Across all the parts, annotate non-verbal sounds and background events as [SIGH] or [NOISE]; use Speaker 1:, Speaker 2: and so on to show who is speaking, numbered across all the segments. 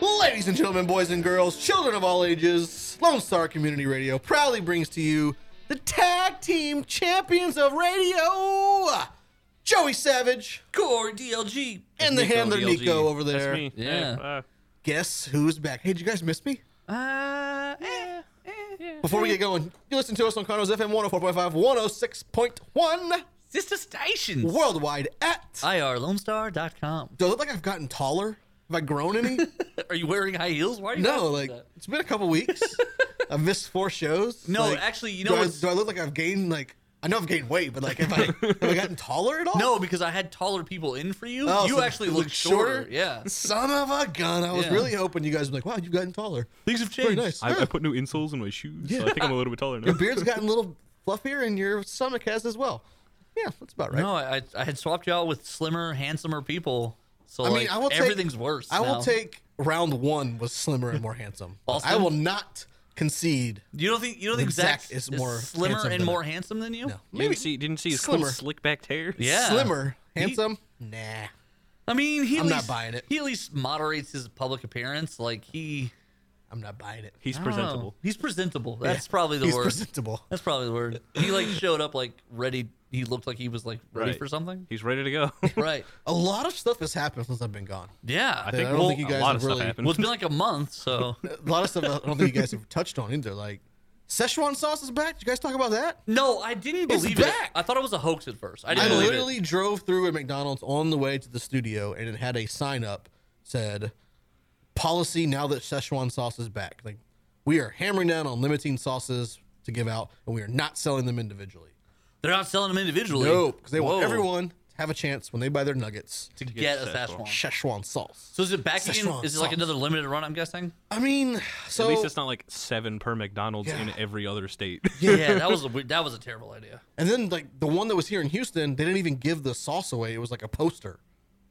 Speaker 1: Ladies and gentlemen, boys and girls, children of all ages, Lone Star Community Radio proudly brings to you the tag team champions of radio, Joey Savage
Speaker 2: Core DLG.
Speaker 1: and the
Speaker 3: Nico
Speaker 1: handler
Speaker 3: DLG.
Speaker 1: Nico over
Speaker 3: That's
Speaker 1: there.
Speaker 3: me.
Speaker 2: Yeah.
Speaker 3: Uh,
Speaker 1: Guess who's back? Hey, did you guys miss me?
Speaker 2: Uh, eh.
Speaker 1: Before we get going, you listen to us on Conroe's FM 104.5, 106.1
Speaker 2: Sister stations.
Speaker 1: worldwide at.
Speaker 2: IRLoneStar.com.
Speaker 1: Do I look like I've gotten taller? Have I grown
Speaker 3: [LAUGHS]
Speaker 1: any?
Speaker 2: [LAUGHS] Are you wearing high heels? Why are you
Speaker 1: no,
Speaker 2: asking
Speaker 1: like
Speaker 2: that?
Speaker 1: it's been a couple
Speaker 3: [LAUGHS]
Speaker 1: weeks. I've missed four shows.
Speaker 2: No,
Speaker 1: Like,
Speaker 2: actually, you
Speaker 1: do
Speaker 2: know
Speaker 1: I-
Speaker 2: what's-
Speaker 1: do I look like I've gained like I know I've gained weight, but like have
Speaker 2: [LAUGHS]
Speaker 1: I have I gotten taller at all?
Speaker 2: No, because I had taller people in for you.
Speaker 1: Oh,
Speaker 2: you
Speaker 1: so
Speaker 2: actually
Speaker 1: you
Speaker 2: look
Speaker 1: look
Speaker 2: shorter.
Speaker 1: shorter? [LAUGHS]
Speaker 2: Yeah.
Speaker 1: Son of a gun! I was
Speaker 2: Yeah.
Speaker 1: really hoping you guys would be like, "Wow, you've gotten taller.
Speaker 2: Things have changed.
Speaker 1: Very nice.
Speaker 3: I,
Speaker 1: Yeah.
Speaker 3: I put new insoles in my shoes, so I think I'm a little bit taller now.
Speaker 1: Your beard's gotten a little fluffier, and your stomach has as well. Yeah, that's about right.
Speaker 2: No, I, I had swapped you out with slimmer, handsomer people. So
Speaker 1: I mean,
Speaker 2: like,
Speaker 1: I will take-
Speaker 2: everything's worse.
Speaker 1: I will
Speaker 2: now.
Speaker 1: take round one was slimmer and more handsome.
Speaker 2: Austin?
Speaker 1: I will not concede.
Speaker 2: You don't think you don't think
Speaker 1: Zach
Speaker 2: Zach
Speaker 1: is
Speaker 2: is
Speaker 1: more
Speaker 2: slimmer
Speaker 1: handsome
Speaker 2: and
Speaker 1: than
Speaker 2: more handsome than you?
Speaker 1: No,
Speaker 3: You didn't see, didn't see his cool
Speaker 1: Slimmer.
Speaker 3: slick backed hair.
Speaker 2: Yeah.
Speaker 1: slimmer, handsome. nah.
Speaker 2: I mean, he at
Speaker 1: I'm not
Speaker 2: least-
Speaker 1: buying it.
Speaker 2: He at least moderates his public appearance. Like he,
Speaker 1: I'm not buying it.
Speaker 3: He's
Speaker 2: I don't know.
Speaker 3: presentable.
Speaker 2: Oh. He's presentable. That's probably the
Speaker 1: He's
Speaker 2: word.
Speaker 1: presentable.
Speaker 2: That's probably the word. He like showed up like ready. He looked like he was like ready
Speaker 3: Right.
Speaker 2: for something.
Speaker 3: He's ready to [LAUGHS] go.
Speaker 2: Right.
Speaker 1: A lot of stuff has happened since I've been gone.
Speaker 2: Yeah.
Speaker 3: I think
Speaker 1: I don't
Speaker 3: well,
Speaker 1: think you guys
Speaker 3: a lot
Speaker 1: have
Speaker 3: of stuff
Speaker 1: really-
Speaker 3: happened.
Speaker 2: well, it's been like a
Speaker 1: [LAUGHS]
Speaker 2: month, so
Speaker 1: A lot of stuff I don't think you guys have touched on either. Like Szechuan sauce is back. Did you guys talk about that?
Speaker 2: no, I didn't believe
Speaker 1: back.
Speaker 2: it. I thought it was a hoax at first. I
Speaker 1: I
Speaker 2: didn't believe it.
Speaker 1: literally drove through a McDonald's on the way to the studio, and it had a sign up said, "Policy now that Szechuan sauce is back. Like we are hammering down on limiting sauces to give out, and we are not selling them individually.
Speaker 2: They're not selling them individually.
Speaker 1: No, because they want
Speaker 2: Whoa.
Speaker 1: everyone to have a chance when they buy their nuggets
Speaker 2: to
Speaker 1: to
Speaker 2: get a Szechuan.
Speaker 3: Szechuan.
Speaker 1: Szechuan sauce.
Speaker 2: So is it back again?
Speaker 1: Szechuan
Speaker 2: Is it like
Speaker 1: sauce.
Speaker 2: another limited run? I'm guessing.
Speaker 1: I mean, so
Speaker 3: At least it's not like seven per McDonald's in
Speaker 1: Yeah.
Speaker 3: every other state.
Speaker 1: [LAUGHS]
Speaker 3: [LAUGHS]
Speaker 2: Yeah, that was a weird, that was a terrible idea.
Speaker 1: and then like the one that was here in Houston, they didn't even give the sauce away. It was like a poster.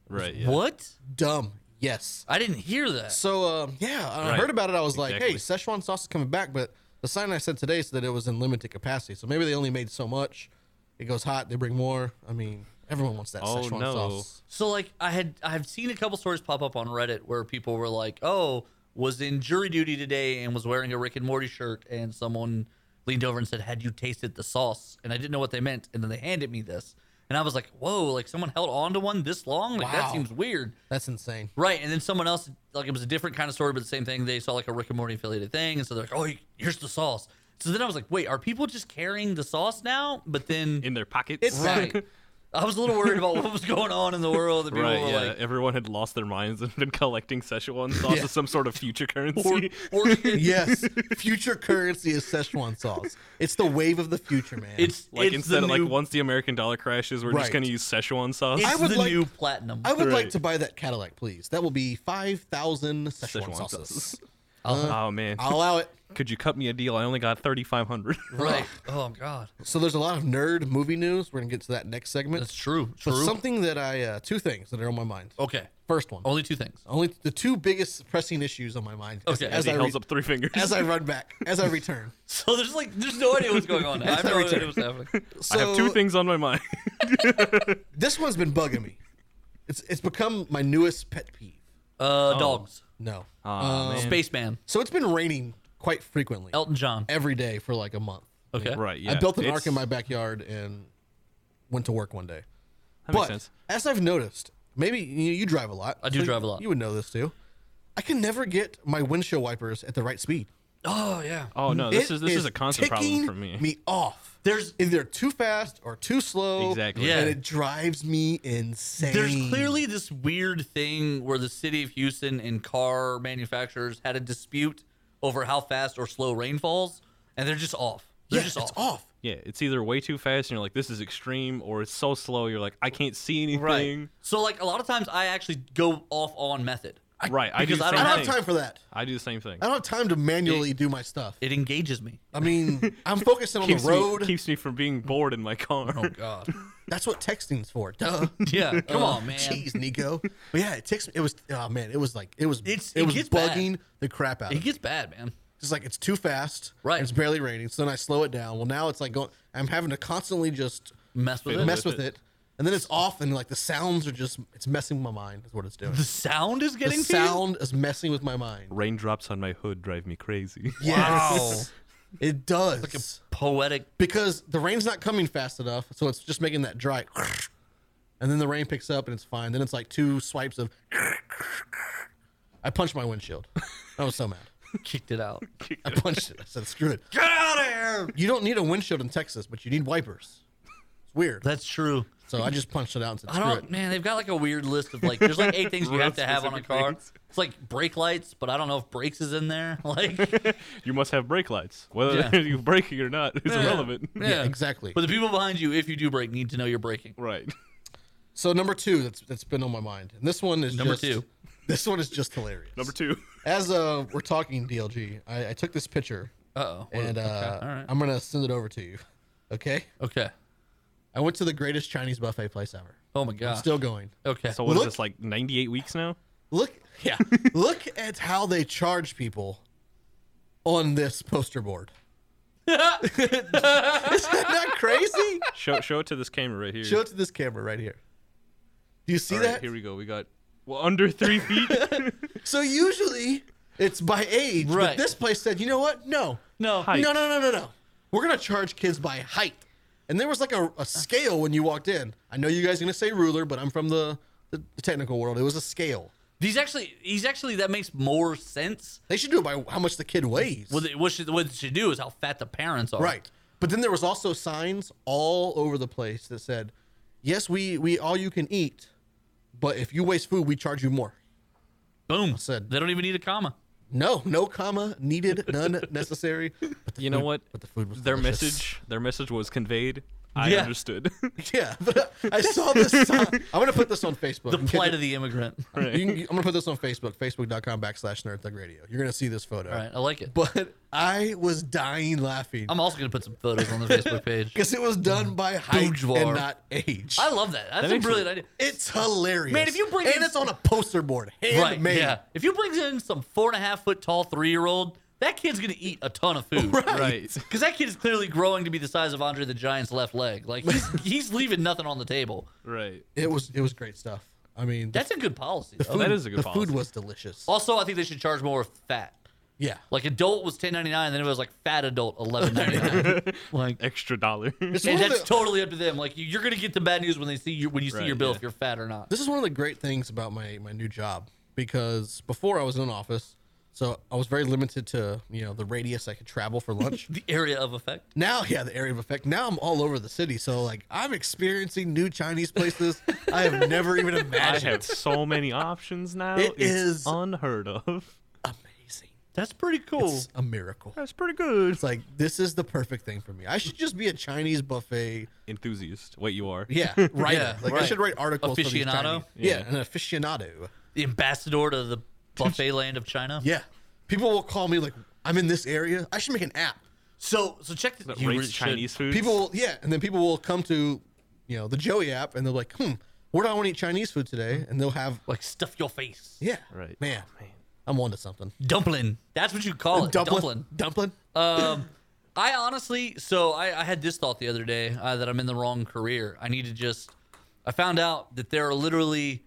Speaker 3: right. Yeah.
Speaker 2: What?
Speaker 1: Dumb. Yes.
Speaker 2: I didn't hear that.
Speaker 1: So um, yeah, I
Speaker 3: Right.
Speaker 1: heard about it. I was like,
Speaker 3: Exactly.
Speaker 1: hey, Szechuan sauce is coming back, but the sign I said today said that it was in limited capacity. So maybe they only made so much. It goes hot. They bring more. I mean, everyone wants that
Speaker 3: Oh,
Speaker 1: Szechuan
Speaker 3: no.
Speaker 1: sauce.
Speaker 2: So like I had I've seen a couple stories pop up on Reddit where people were like, "Oh, was in jury duty today and was wearing a Rick and Morty shirt and someone leaned over and said, "Had you tasted the sauce?" And I didn't know what they meant and then they handed me this. And I was like, "Whoa, like someone held on to one this long? Like
Speaker 1: Wow.
Speaker 2: that seems weird."
Speaker 1: That's insane.
Speaker 2: Right, and then someone else, like it was a different kind of story, but the same thing. They saw like a Rick and Morty affiliated thing, and so they're like, "Oh, here's the sauce." So then I was like, "Wait, are people just carrying the sauce now?" But then,
Speaker 3: In their pockets.
Speaker 1: It's-
Speaker 2: right, [LAUGHS] I was a little worried about what was going on in the world. That people
Speaker 3: Right,
Speaker 2: were
Speaker 3: yeah.
Speaker 2: like,
Speaker 3: Everyone had lost their minds and [LAUGHS] been collecting Szechuan sauce as some sort of future currency.
Speaker 2: or,
Speaker 1: yes, future currency is Szechuan sauce. It's the wave of the future, man.
Speaker 2: it's
Speaker 3: [LAUGHS] like
Speaker 2: it's
Speaker 3: instead
Speaker 2: the
Speaker 3: of like
Speaker 2: new,
Speaker 3: once the American dollar crashes, we're
Speaker 1: Right.
Speaker 3: just gonna use Szechuan sauce.
Speaker 2: it's
Speaker 1: I would
Speaker 2: the
Speaker 1: like-
Speaker 2: new platinum.
Speaker 1: I would like
Speaker 3: Right.
Speaker 1: to buy that Cadillac, please. That will be five thousand Szechuan,
Speaker 3: Szechuan
Speaker 1: sauces.
Speaker 3: sauces.
Speaker 1: Uh,
Speaker 3: oh man.
Speaker 1: [LAUGHS] I'll allow it.
Speaker 3: Could you cut me a deal? I only got thirty five hundred. [LAUGHS]
Speaker 2: right? [LAUGHS] Oh God,
Speaker 1: So there's a lot of nerd movie news. We're gonna get to that next segment.
Speaker 2: that's true.
Speaker 1: But
Speaker 2: True.
Speaker 1: something that I uh, two things that are on my mind.
Speaker 3: Oh,
Speaker 2: okay,
Speaker 1: First one,
Speaker 2: only two things.
Speaker 1: only the two biggest pressing issues on my mind. as-
Speaker 2: Okay.
Speaker 1: as,
Speaker 3: he
Speaker 1: I
Speaker 3: holds
Speaker 1: re-
Speaker 3: up three fingers.
Speaker 1: as
Speaker 3: [LAUGHS]
Speaker 1: I run back, as I return.
Speaker 2: [LAUGHS] So there's like there's no idea what's going on. I have no idea what's happening.
Speaker 3: I have two
Speaker 1: So-
Speaker 3: things on my mind.
Speaker 1: This one's been bugging me. It's it's become my newest pet peeve.
Speaker 2: Uh, dogs,
Speaker 1: No, Uh,
Speaker 3: Aw, man.
Speaker 2: spaceman,
Speaker 1: so it's been raining quite frequently
Speaker 2: Elton John.
Speaker 1: every day for like a month.
Speaker 2: Okay,
Speaker 3: Right. Yeah.
Speaker 1: I built an
Speaker 3: It's-
Speaker 1: ark in my backyard and went to work one day.
Speaker 3: That
Speaker 1: but
Speaker 3: makes sense.
Speaker 1: as I've noticed, maybe you, you drive a lot.
Speaker 2: I do drive a lot.
Speaker 1: You would know this too. I can never get my windshield wipers at the right speed.
Speaker 2: Oh yeah.
Speaker 3: Oh no, this
Speaker 1: It
Speaker 3: is this is a constant problem
Speaker 1: ticking
Speaker 3: for me.
Speaker 1: Me off.
Speaker 2: There's
Speaker 1: Either too fast or too slow.
Speaker 3: Exactly.
Speaker 2: Yeah.
Speaker 1: And it drives me insane.
Speaker 2: there's clearly this weird thing where the city of Houston and car manufacturers had a dispute over how fast or slow rain falls, and they're just off. They're
Speaker 1: yeah,
Speaker 2: just
Speaker 1: it's
Speaker 2: off.
Speaker 1: off.
Speaker 3: Yeah, it's either way too fast and you're like, this is extreme, or it's so slow, you're like, I can't see anything.
Speaker 2: Right. So like a lot of times I actually go off on method.
Speaker 3: Right, I do
Speaker 2: because
Speaker 3: the
Speaker 2: I
Speaker 3: same
Speaker 1: I
Speaker 2: don't
Speaker 1: don't
Speaker 3: thing.
Speaker 1: have time for that.
Speaker 3: I do the same thing.
Speaker 1: I don't have time to manually do my stuff.
Speaker 2: It engages me.
Speaker 1: I mean,
Speaker 3: [LAUGHS]
Speaker 1: I'm focusing on the
Speaker 3: Keeps
Speaker 1: road.
Speaker 3: me, keeps me from being bored in my car.
Speaker 2: Oh, God.
Speaker 1: That's what texting's for.
Speaker 2: [LAUGHS]
Speaker 1: Duh.
Speaker 2: Yeah.
Speaker 1: [LAUGHS]
Speaker 2: Come on, Oh, man.
Speaker 1: Oh, Jeez, Nico. But yeah, it takes. It was. Oh man, it was like it was.
Speaker 2: It's-
Speaker 1: it,
Speaker 2: it
Speaker 1: was
Speaker 2: gets bad.
Speaker 1: bugging the crap out. of
Speaker 2: It
Speaker 1: me.
Speaker 2: gets bad, man.
Speaker 1: It's like it's too fast.
Speaker 2: Right.
Speaker 1: It's barely raining. So then I slow it down. Well, now it's like going. I'm having to constantly just
Speaker 2: Mess with it.
Speaker 1: mess
Speaker 3: with
Speaker 1: with it. and then it's off, and like the sounds are just it's messing with my mind. Is what it's doing.
Speaker 2: The sound is
Speaker 1: The
Speaker 2: getting to you?
Speaker 1: sound is messing with my mind.
Speaker 3: Raindrops on my hood drive me crazy.
Speaker 1: Yes, it does.
Speaker 2: poetic.
Speaker 1: because the rain's not coming fast enough, so it's just making that dry. [SNIFFS] And then the rain picks up and it's fine. Then it's like two swipes of. [SNIFFS] I punched my windshield. I was so mad.
Speaker 2: Kicked it out.
Speaker 1: I punched it. I said, "Screw it."
Speaker 2: Get out of here.
Speaker 1: You don't need a windshield in Texas, but you need wipers. It's weird.
Speaker 2: That's true.
Speaker 1: So I just punched it out and said,
Speaker 2: I
Speaker 1: "Screw
Speaker 2: don't,
Speaker 1: it."
Speaker 2: man. They've got like a weird list of like, there's like eight things you
Speaker 3: Real
Speaker 2: have to have on a
Speaker 3: specific
Speaker 2: car.
Speaker 3: things.
Speaker 2: It's like brake lights, but I don't know if brakes is in there. [LAUGHS] Like, yeah.
Speaker 3: [LAUGHS] you must have brake lights. Whether [LAUGHS]
Speaker 2: Yeah.
Speaker 3: you're braking or not is irrelevant.
Speaker 1: Yeah, exactly.
Speaker 2: But the people behind you, if you do brake, need to know you're braking.
Speaker 3: [LAUGHS] Right.
Speaker 1: So number two, that's that's been on my mind, and this one is
Speaker 2: Number
Speaker 1: just-
Speaker 2: two.
Speaker 1: [LAUGHS] This one is just hilarious.
Speaker 3: Number two.
Speaker 1: As uh, we're talking, DLG, I, I took this picture
Speaker 2: Uh oh.
Speaker 1: and uh,
Speaker 2: all right.
Speaker 1: I'm gonna send it over to you. Okay.
Speaker 2: Okay.
Speaker 1: I went to the greatest Chinese buffet place ever.
Speaker 2: Oh my god.
Speaker 1: Still going.
Speaker 2: okay.
Speaker 3: So what is
Speaker 1: Look-
Speaker 3: this like 98 weeks now?
Speaker 1: Look, yeah. [LAUGHS] look at how they charge people on this poster
Speaker 2: [LAUGHS]
Speaker 1: board. [LAUGHS] Isn't that crazy?
Speaker 3: Show show it to this camera right here.
Speaker 1: Show it to this camera right here. Do you see
Speaker 3: All right,
Speaker 1: that?
Speaker 3: Here we go. We got well,
Speaker 1: [LAUGHS]
Speaker 3: under three feet.
Speaker 1: So usually it's by age, but
Speaker 2: Right.
Speaker 1: this place said, you know what? No,
Speaker 2: no.
Speaker 3: Height.
Speaker 1: no, no, no, no, no. We're gonna charge kids by height. And there was like a, a scale when you walked in. I know you guys are gonna say ruler, but I'm from the, the technical world. It was a scale.
Speaker 2: These actually, he's actually that makes more sense.
Speaker 1: They should do it by how much the kid weighs.
Speaker 2: What they- what should what they should do is how fat the parents are.
Speaker 1: Right. But then there was also signs all over the place that said, "Yes, we we all you can eat, but if you waste food, we charge you more."
Speaker 2: Boom.
Speaker 1: Said-
Speaker 2: They don't even need a comma.
Speaker 1: No, no comma needed,
Speaker 3: [LAUGHS]
Speaker 1: none necessary. But the
Speaker 3: You know
Speaker 1: food-
Speaker 3: what?
Speaker 1: But the food was
Speaker 3: [LAUGHS] Their
Speaker 1: delicious.
Speaker 3: message. Their message was conveyed. I
Speaker 2: Yeah.
Speaker 3: understood.
Speaker 1: Yeah, but uh, I saw this.
Speaker 3: [LAUGHS]
Speaker 1: sign. I'm gonna put this on Facebook.
Speaker 2: The plight of the immigrant. All
Speaker 1: You can, I'm gonna put this on Facebook. Facebook.com backslash Nerd Thug Radio. You're gonna see this photo.
Speaker 2: right. I like it.
Speaker 1: But I was dying laughing
Speaker 2: I'm also gonna put some photos on the
Speaker 1: [LAUGHS]
Speaker 2: Facebook page.
Speaker 1: because it was done by height
Speaker 2: Bourgeois.
Speaker 1: and not age.
Speaker 2: I love that. That's a
Speaker 3: makes
Speaker 2: brilliant
Speaker 3: it-
Speaker 2: idea.
Speaker 1: It's hilarious.
Speaker 2: Man, if you bring
Speaker 1: and
Speaker 2: in-
Speaker 1: it's on a poster board,
Speaker 2: Right.
Speaker 1: handmade.
Speaker 2: Yeah. If you bring in some four and a half foot tall three year old, that kid's gonna eat a ton of food.
Speaker 3: [LAUGHS] right. [LAUGHS]
Speaker 2: Because that kid is clearly growing to be the size of Andre the Giant's left leg. Like he's, he's leaving nothing on the table.
Speaker 3: Right.
Speaker 1: It was it was great stuff. I mean, the
Speaker 2: That's a good policy. though.
Speaker 1: food,
Speaker 3: Oh, that is a good
Speaker 1: the
Speaker 3: policy.
Speaker 1: food was delicious.
Speaker 2: Also, I think they should charge more of fat.
Speaker 1: Yeah,
Speaker 2: Like adult was ten ninety nine, then it was like fat adult eleven ninety nine. [LAUGHS] like,
Speaker 3: Extra dollar.
Speaker 1: It's
Speaker 2: and
Speaker 1: one of
Speaker 2: that's
Speaker 1: the-
Speaker 2: totally up to them. Like, you- you're gonna get the bad news when they see you when you see
Speaker 3: Right,
Speaker 2: your bill
Speaker 3: yeah.
Speaker 2: if you're fat or not.
Speaker 1: this is one of the great things about my my new job because before I was in an office, so I was very limited to you know the radius I could travel for lunch.
Speaker 2: The area of effect.
Speaker 1: now, yeah, the area of effect. Now I'm all over the city, so like I'm experiencing new Chinese places I have never even
Speaker 3: [LAUGHS] I
Speaker 1: imagined.
Speaker 3: have so many options now.
Speaker 1: It
Speaker 3: it's
Speaker 1: is-
Speaker 3: unheard of.
Speaker 1: Amazing,
Speaker 2: That's pretty cool.
Speaker 1: it's a miracle.
Speaker 3: That's pretty good.
Speaker 1: It's like this is the perfect thing for me. I should just be a Chinese buffet
Speaker 3: Enthusiast. Wait, you are.
Speaker 1: Yeah, [LAUGHS] writer.
Speaker 2: Yeah,
Speaker 1: like
Speaker 2: right.
Speaker 1: I should write articles. For these
Speaker 2: Aficionado?
Speaker 1: Chinese- yeah.
Speaker 3: Yeah.
Speaker 1: an aficionado.
Speaker 2: The ambassador to the buffet land of China.
Speaker 1: Yeah, people will call me like, I'm in this area. I should make an app.
Speaker 2: So so check this.
Speaker 3: That
Speaker 2: you
Speaker 3: rates
Speaker 2: really should-
Speaker 3: Chinese food.
Speaker 1: People, will, yeah, and then people will come to, you know, the Joey app, and they're like, hmm, where do I want to eat Chinese food today? And they'll have,
Speaker 2: like stuff your face.
Speaker 1: yeah,
Speaker 3: Right.
Speaker 1: man, I'm onto something.
Speaker 2: Dumpling. That's what you call it. Dumpling.
Speaker 1: dumpling. Uh,
Speaker 2: Um, I honestly, so I, I had this thought the other day uh, that I'm in the wrong career. I need to just. I found out that there are literally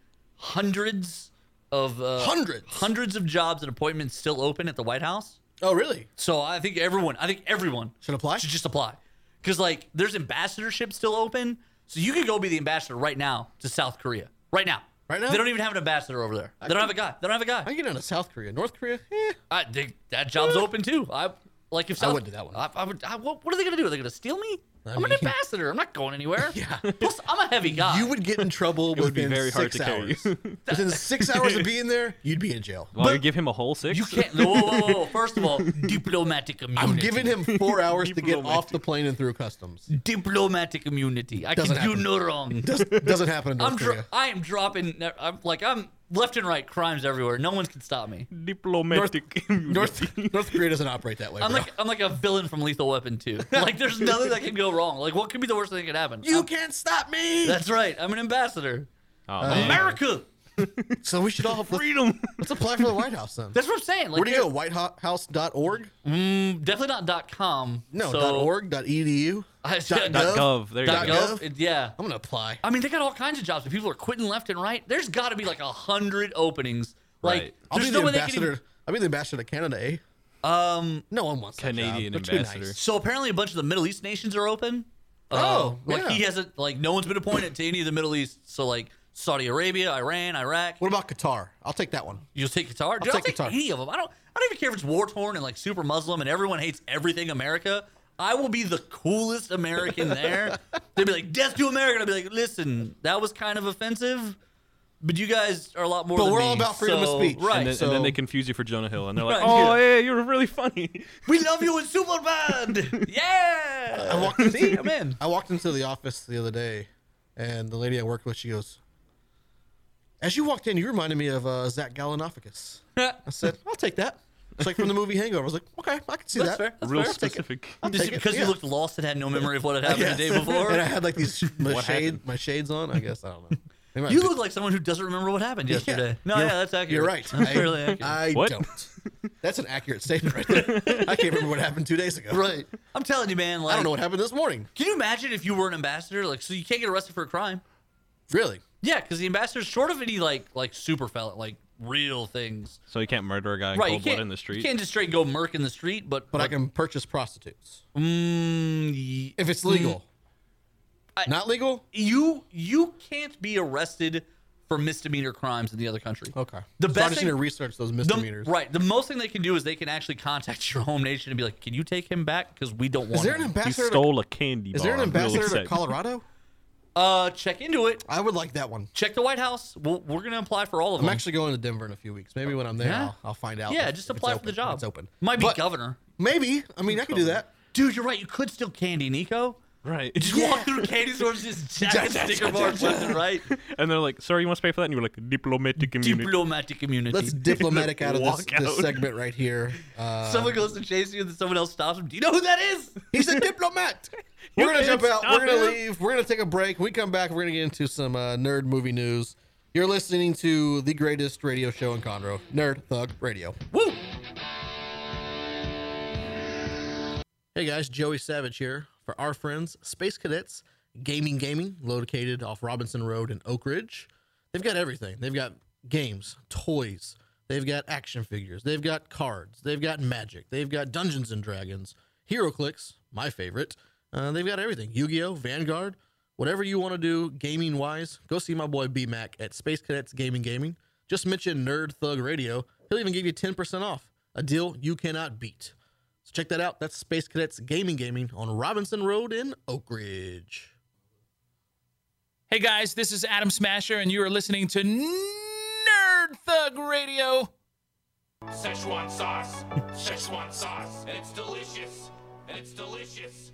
Speaker 2: hundreds of uh,
Speaker 1: Hundreds?
Speaker 2: hundreds of jobs and appointments still open at the White House.
Speaker 1: oh, really?
Speaker 2: So I think everyone, I think everyone
Speaker 1: Should apply?
Speaker 2: Should just apply because like there's ambassadorships still open, so you could go be the ambassador right now to South Korea. Right now.
Speaker 1: Right now?
Speaker 2: They don't even have an ambassador over there. they don't have a guy. They don't have a guy.
Speaker 1: I get into South Korea, North Korea. Eh.
Speaker 2: I think that job's open too. I like if South,
Speaker 1: wouldn't do that one.
Speaker 2: I, I would. I, what, what are they gonna do? Are they gonna steal me? I am an
Speaker 1: mean- [LAUGHS]
Speaker 2: ambassador. I'm not going anywhere. yeah. Plus, I'm a heavy guy.
Speaker 1: You would get in trouble
Speaker 3: It would be
Speaker 1: within
Speaker 3: very hard
Speaker 1: six
Speaker 3: to carry.
Speaker 1: hours. [LAUGHS] within six hours of being there, you'd be in jail.
Speaker 3: Well, you give him a whole six.
Speaker 2: you can't. [LAUGHS] Whoa, whoa,
Speaker 1: [LAUGHS]
Speaker 2: whoa, whoa. First of all, diplomatic immunity.
Speaker 1: I'm giving him
Speaker 3: [LAUGHS]
Speaker 1: four hours to get off
Speaker 3: Diplomatic.
Speaker 1: the plane and through customs.
Speaker 2: diplomatic immunity. I
Speaker 1: Doesn't
Speaker 2: can do
Speaker 1: happen.
Speaker 2: no
Speaker 1: [LAUGHS]
Speaker 2: wrong.
Speaker 1: Doesn't, doesn't happen in [LAUGHS] North
Speaker 2: I'm.
Speaker 1: Korea.
Speaker 2: Dro- I am dropping. I'm like I'm left and right crimes everywhere. No one can stop me.
Speaker 3: Diplomatic.
Speaker 1: North North Korea doesn't operate that way.
Speaker 2: I'm
Speaker 1: bro.
Speaker 2: like I'm like a villain from Lethal
Speaker 1: [LAUGHS]
Speaker 2: Weapon 2. Like there's nothing that can go wrong. Like what could be the worst thing that could happen?
Speaker 1: you
Speaker 2: I'm-
Speaker 1: can't stop me.
Speaker 2: that's right. I'm an ambassador.
Speaker 1: uh,
Speaker 3: Aw, Oh, man.
Speaker 2: America.
Speaker 1: So we should all let's,
Speaker 3: freedom.
Speaker 1: let's apply for the White House [LAUGHS] then.
Speaker 2: That's what I'm saying. Like,
Speaker 1: Where do you
Speaker 2: there-
Speaker 1: go? WhiteHouse.org?
Speaker 2: Definitely not .com.
Speaker 1: No,
Speaker 2: so
Speaker 1: .org. .edu.
Speaker 2: I
Speaker 1: Dot
Speaker 3: Dot gov. There you
Speaker 2: Dot
Speaker 3: go.
Speaker 1: gov?
Speaker 2: gov. Yeah.
Speaker 1: I'm gonna apply.
Speaker 2: I mean, they got all kinds of jobs, but people are quitting left and right. There's got to be like a hundred openings. Like,
Speaker 3: Right.
Speaker 1: I'll
Speaker 2: there's
Speaker 1: be the
Speaker 2: no way they can.
Speaker 1: ambassador.
Speaker 2: Even,
Speaker 1: I'll be the ambassador to Canada. Eh?
Speaker 2: um.
Speaker 1: No one wants that
Speaker 3: Canadian
Speaker 1: job, but you're
Speaker 3: ambassador.
Speaker 1: nice.
Speaker 2: So apparently, a bunch of the Middle East nations are open.
Speaker 1: Oh,
Speaker 2: Uh, like
Speaker 1: yeah.
Speaker 2: he hasn't. Like no one's been appointed to any of the Middle East. So like Saudi Arabia, Iran, Iraq.
Speaker 1: What about Qatar? I'll take that one.
Speaker 2: You'll take Qatar. Dude, I'll,
Speaker 1: take
Speaker 2: take,
Speaker 1: Qatar.
Speaker 2: any of them. I don't. I don't even care if it's war torn and like super Muslim and everyone hates everything America. I will be the coolest
Speaker 1: [LAUGHS]
Speaker 2: American there. They'd be like, "Death to America." I'd be like, "Listen, that was kind of offensive, but you guys are a lot more."
Speaker 1: But
Speaker 2: than
Speaker 1: we're
Speaker 2: me,
Speaker 1: all about freedom of
Speaker 2: so-
Speaker 1: speech.
Speaker 2: right?
Speaker 3: And then,
Speaker 1: so-
Speaker 3: and then they confuse you for Jonah Hill, and they're like,
Speaker 2: Right.
Speaker 3: "Oh,
Speaker 2: Yeah.
Speaker 3: yeah, you're really funny."
Speaker 2: we love you
Speaker 1: [LAUGHS]
Speaker 2: in Superband. yeah.
Speaker 1: I walked, see,
Speaker 2: I'm in.
Speaker 1: I walked into the office the other day, and the lady I worked with, she goes, "As you walked in, you reminded me of uh, Zach Galifianakis."
Speaker 2: [LAUGHS]
Speaker 1: I said, "I'll take that." It's like from the movie Hangover. I was like, "Okay, I can see
Speaker 2: That's
Speaker 1: that."
Speaker 2: fair. That's
Speaker 3: Real [LAUGHS]
Speaker 2: fair.
Speaker 3: specific.
Speaker 1: I'll
Speaker 2: Just
Speaker 1: take it,
Speaker 2: because
Speaker 1: yeah.
Speaker 2: you looked lost and had no memory of what had happened
Speaker 1: Yes.
Speaker 2: the day
Speaker 1: [LAUGHS]
Speaker 2: before.
Speaker 1: and I had like these my
Speaker 3: What
Speaker 1: shade,
Speaker 3: happened?
Speaker 1: my shades on. I guess I don't know. They might
Speaker 2: you
Speaker 1: be-
Speaker 2: look like someone who doesn't remember what happened
Speaker 1: Yeah.
Speaker 2: yesterday. No,
Speaker 1: You're-
Speaker 2: [LAUGHS] yeah, that's accurate.
Speaker 1: You're right.
Speaker 2: [LAUGHS] That's
Speaker 1: I,
Speaker 2: fairly accurate.
Speaker 1: I
Speaker 3: What?
Speaker 1: don't. That's an accurate statement right there. I can't remember what happened two days ago.
Speaker 2: right. I'm telling you, man. Like,
Speaker 1: I don't know what happened this morning.
Speaker 2: Can you imagine if you were an ambassador? Like, so you can't get arrested for a crime.
Speaker 1: Really?
Speaker 2: Yeah, because the ambassador's short of any like like super felon, like real things.
Speaker 3: so you can't murder a guy in
Speaker 2: Right, you
Speaker 3: cold blood
Speaker 2: can't
Speaker 3: in the street.
Speaker 2: You can't just straight go murk in the street, but
Speaker 1: But I can purchase prostitutes
Speaker 2: Mm, ye-
Speaker 1: if it's legal.
Speaker 2: I-
Speaker 1: Not legal?
Speaker 2: you you can't be arrested for misdemeanor crimes in the other country.
Speaker 1: Okay.
Speaker 2: The
Speaker 1: So I
Speaker 2: best
Speaker 1: just
Speaker 2: thing-
Speaker 1: need to research those
Speaker 2: The-
Speaker 1: misdemeanors.
Speaker 2: right. The most thing they can do is they can actually contact [LAUGHS] your home nation and be like, "Can you take him back? Because we don't want
Speaker 1: Is there an
Speaker 2: him."
Speaker 3: he
Speaker 1: ambassador? To,
Speaker 3: stole a candy bar.
Speaker 1: is there an
Speaker 3: I'm real
Speaker 1: ambassador to
Speaker 3: upset.
Speaker 1: Colorado?
Speaker 2: uh, check into it.
Speaker 1: I would like that one.
Speaker 2: Check the White House. We'll, we're gonna apply for all of
Speaker 1: I'm
Speaker 2: them.
Speaker 1: actually going to Denver in a few weeks. Maybe when I'm there,
Speaker 2: Yeah.
Speaker 1: I'll, I'll find out.
Speaker 2: yeah,
Speaker 1: if-
Speaker 2: just
Speaker 1: if it's
Speaker 2: apply for
Speaker 1: open,
Speaker 2: the
Speaker 1: if
Speaker 2: job.
Speaker 1: It's open.
Speaker 2: Might be
Speaker 1: But
Speaker 2: governor.
Speaker 1: Maybe. I mean, I could do that.
Speaker 2: Dude, you're right. You could steal candy, Nico.
Speaker 3: Right. [LAUGHS]
Speaker 2: Just walk through candy stores,
Speaker 1: [LAUGHS]
Speaker 2: just jack
Speaker 1: Ja, ja,
Speaker 2: sticker
Speaker 1: ja,
Speaker 2: bars
Speaker 1: ja,
Speaker 2: left and right.
Speaker 3: And they're like, "Sorry, you want to pay for that?" And you were like, "Diplomatic immunity."
Speaker 2: Diplomatic immunity. [LAUGHS]
Speaker 1: Let's
Speaker 3: [LAUGHS]
Speaker 1: diplomatic out of this,
Speaker 3: Walk
Speaker 1: this
Speaker 3: out.
Speaker 1: segment right
Speaker 3: [LAUGHS]
Speaker 1: here. Uh,
Speaker 2: someone goes to chase you, and then someone else stops him. Do you know who that is?
Speaker 1: He's a diplomat. We're gonna
Speaker 3: can't
Speaker 1: jump out. We're
Speaker 3: stop
Speaker 1: gonna
Speaker 3: him.
Speaker 1: leave. We're gonna take a break. When we come back. We're gonna get into some uh, nerd movie news. You're listening to the greatest radio show in Conroe, Nerd Thug Radio.
Speaker 2: Woo!
Speaker 1: Hey guys, Joey Savage here for our friends Space Cadets Gaming Gaming, located off Robinson Road in Oak Ridge. They've got everything. They've got games, toys, they've got action figures, they've got cards, they've got magic, they've got Dungeons and Dragons, HeroClix, my favorite. Uh, they've got everything. Yu-Gi-Oh, Vanguard, whatever you want to do gaming wise, go see my boy B Mac at Space Cadets Gaming Gaming. Just mention Nerd Thug Radio. He'll even give you 10% off. A deal you cannot beat. So check that out. That's Space Cadets Gaming Gaming on Robinson Road in Oak Ridge.
Speaker 4: Hey guys, this is Adam Smasher, and you are listening to Nerd Thug Radio.
Speaker 5: Szechuan sauce. Szechuan sauce. And it's delicious. And it's delicious.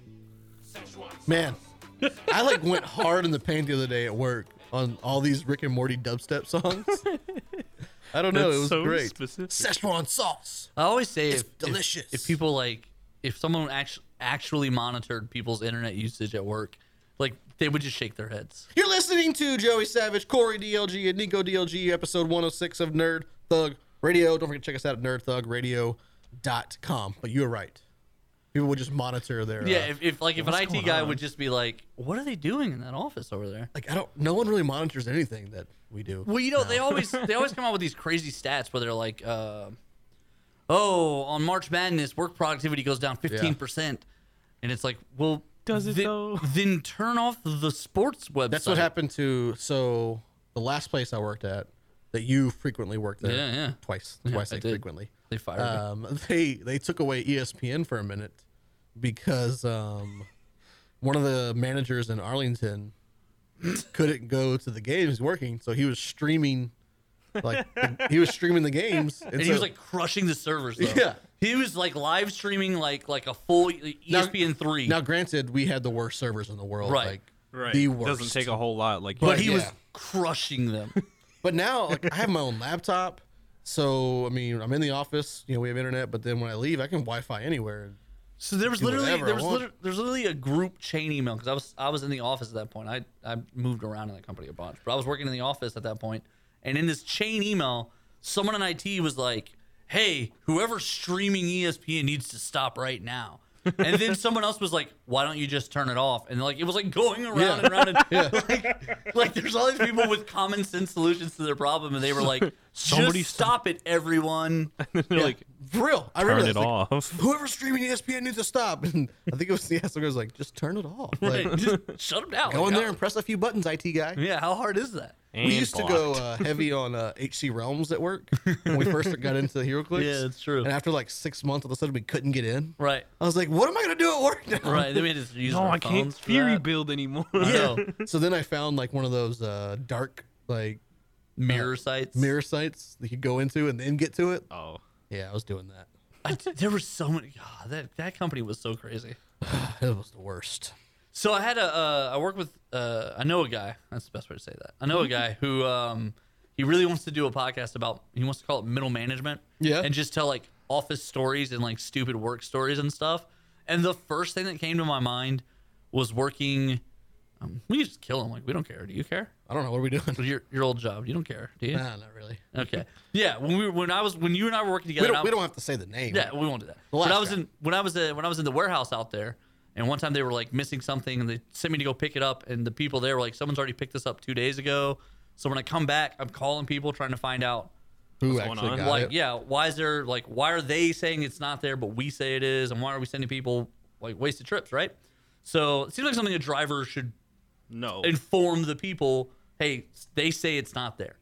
Speaker 5: Szechuan sauce.
Speaker 1: Man, I like went hard in the paint the other day at work on all these Rick and Morty dubstep songs. I don't know.
Speaker 3: That's
Speaker 1: it was
Speaker 3: so
Speaker 1: great.
Speaker 3: specific.
Speaker 1: Szechuan sauce.
Speaker 2: I always say if, if-
Speaker 1: delicious.
Speaker 2: If, people like, if someone actually actually monitored people's internet usage at work, like they would just shake their heads.
Speaker 1: You're listening to Joey Savage, Corey DLG, and Nico DLG, episode 106 of Nerd Thug Radio. Don't forget to check us out at nerdthugradio.com. But you were right. People would just monitor their.
Speaker 2: Yeah,
Speaker 1: uh,
Speaker 2: if, if like if an IT guy would just be like, "What are they doing in that office over there?"
Speaker 1: like, I don't. No one really monitors anything that we do.
Speaker 2: Well, you know, they always they always come out with these crazy stats where they're like, uh, "Oh, on March Madness, work productivity goes down fifteen percent," and it's like, "Well,
Speaker 3: Does it
Speaker 2: thi-
Speaker 3: though?
Speaker 2: Then turn off the sports website.
Speaker 1: That's what happened to so the last place I worked at that you frequently worked there.
Speaker 2: Yeah, yeah.
Speaker 1: Twice, twice
Speaker 2: I
Speaker 1: like
Speaker 2: did.
Speaker 1: frequently.
Speaker 2: They fired me.
Speaker 1: Um, [LAUGHS] they they took away E ESPN for a minute because um, one of the managers in
Speaker 2: [LAUGHS]
Speaker 1: Arlington couldn't go to the games working, so he was streaming. Like he was streaming the games,
Speaker 2: And he
Speaker 1: so-
Speaker 2: was like crushing the servers. Though.
Speaker 1: Yeah.
Speaker 2: he was like live streaming like like a full E, ESPN three.
Speaker 1: Now, granted, we had the worst servers in the world,
Speaker 2: Right.
Speaker 1: like
Speaker 3: Right.
Speaker 1: the worst.
Speaker 3: Doesn't take a whole lot. Like,
Speaker 2: but he was
Speaker 1: yeah.
Speaker 2: crushing them.
Speaker 1: But now, like, I have my own laptop, so I mean, I'm in the office. You know, we have internet, but then when I leave, I can Wi-Fi
Speaker 3: [LAUGHS]
Speaker 1: anywhere.
Speaker 2: So there was
Speaker 1: Do
Speaker 2: literally
Speaker 1: whatever I
Speaker 2: there was
Speaker 1: want.
Speaker 2: liter- there's literally a group chain email because I was I was in the office at that point. I I moved around in that company a bunch, but I was working in the office at that point. And in this chain email, E
Speaker 1: [LAUGHS]
Speaker 2: someone in IT was like, "Hey, whoever's streaming ESPN needs to stop right now." and then someone else was like, "Why don't you just turn it off?" And like it was like going around and around.
Speaker 1: [LAUGHS]
Speaker 2: And, [LAUGHS] like, like there's all these people with common sense solutions to their problem, and they were like,
Speaker 1: [LAUGHS]
Speaker 3: Somebody
Speaker 2: "Just stop it, everyone."
Speaker 3: They're like,
Speaker 1: For real. I
Speaker 3: turn
Speaker 1: remember
Speaker 3: it
Speaker 1: this. like,
Speaker 3: off. [LAUGHS]
Speaker 1: Whoever's streaming E ESPN needs to stop. [LAUGHS] And I think it was the yeah, some guy was like, just turn it off. Like,
Speaker 2: [LAUGHS]
Speaker 3: [LAUGHS]
Speaker 2: just shut them down.
Speaker 1: go
Speaker 2: Like,
Speaker 1: in there
Speaker 2: how-
Speaker 1: and press a few buttons, IT guy.
Speaker 2: Yeah, how hard is that?
Speaker 3: And
Speaker 1: We used to go
Speaker 3: blocked.
Speaker 1: uh,
Speaker 3: [LAUGHS]
Speaker 1: heavy on uh, HC Realms at work when we first got into HeroClix.
Speaker 2: Yeah, that's true.
Speaker 1: And after like six months, all of a sudden we couldn't get in.
Speaker 2: Right,
Speaker 1: I was like, what am I going to do at work
Speaker 3: [LAUGHS]
Speaker 1: now?
Speaker 2: right. Then we had to use
Speaker 3: no,
Speaker 2: our
Speaker 3: I can't
Speaker 2: phones for
Speaker 3: theory
Speaker 2: that.
Speaker 3: build
Speaker 1: [LAUGHS]
Speaker 3: anymore.
Speaker 2: I know.
Speaker 1: So then I found like one of those uh, dark like
Speaker 2: mirror sites.
Speaker 1: mirror sites that you go into and then get to it.
Speaker 3: [LAUGHS] oh,
Speaker 1: Yeah, I was doing that. [LAUGHS]
Speaker 2: I, there were so many. God, that that company was so crazy.
Speaker 1: That was the worst.
Speaker 2: So I had a, uh, I work with, uh, I know a guy. That's the best way to say that. I know a guy
Speaker 3: Mm-hmm.
Speaker 2: who, um, he really wants to do a podcast about. He wants to call it middle management.
Speaker 1: Yeah.
Speaker 2: And just tell like office stories and like stupid work stories and stuff. And the first thing that came to my mind was working. Um, we could just kill him. Like we don't care. Do you care?
Speaker 1: I don't know what are we [LAUGHS] doing.
Speaker 2: Your your old job. You don't care. Do you?
Speaker 1: Nah, not really.
Speaker 2: Okay. Yeah. When we were, when I was when you and I were working together.
Speaker 1: We
Speaker 2: and I-
Speaker 1: don't, we don't have to say the name.
Speaker 2: yeah, we won't do that.
Speaker 1: The
Speaker 2: When
Speaker 1: last
Speaker 2: I was
Speaker 1: guy.
Speaker 2: in when I was uh, when I was in the warehouse out there, and one time they were like missing something, and they sent me to go pick it up, and the people there were like, "Someone's already picked this up two days ago." So when I come back, I'm calling people trying to find out,
Speaker 1: Who
Speaker 3: going
Speaker 1: actually
Speaker 3: on?
Speaker 1: got
Speaker 2: like,
Speaker 1: it?
Speaker 2: yeah, why is there like why are they saying it's not there, but we say it is, and why are we sending people like wasted trips, right? So it seems like something a driver should
Speaker 1: [LAUGHS]
Speaker 3: no.
Speaker 2: inform the people hey they say it's not there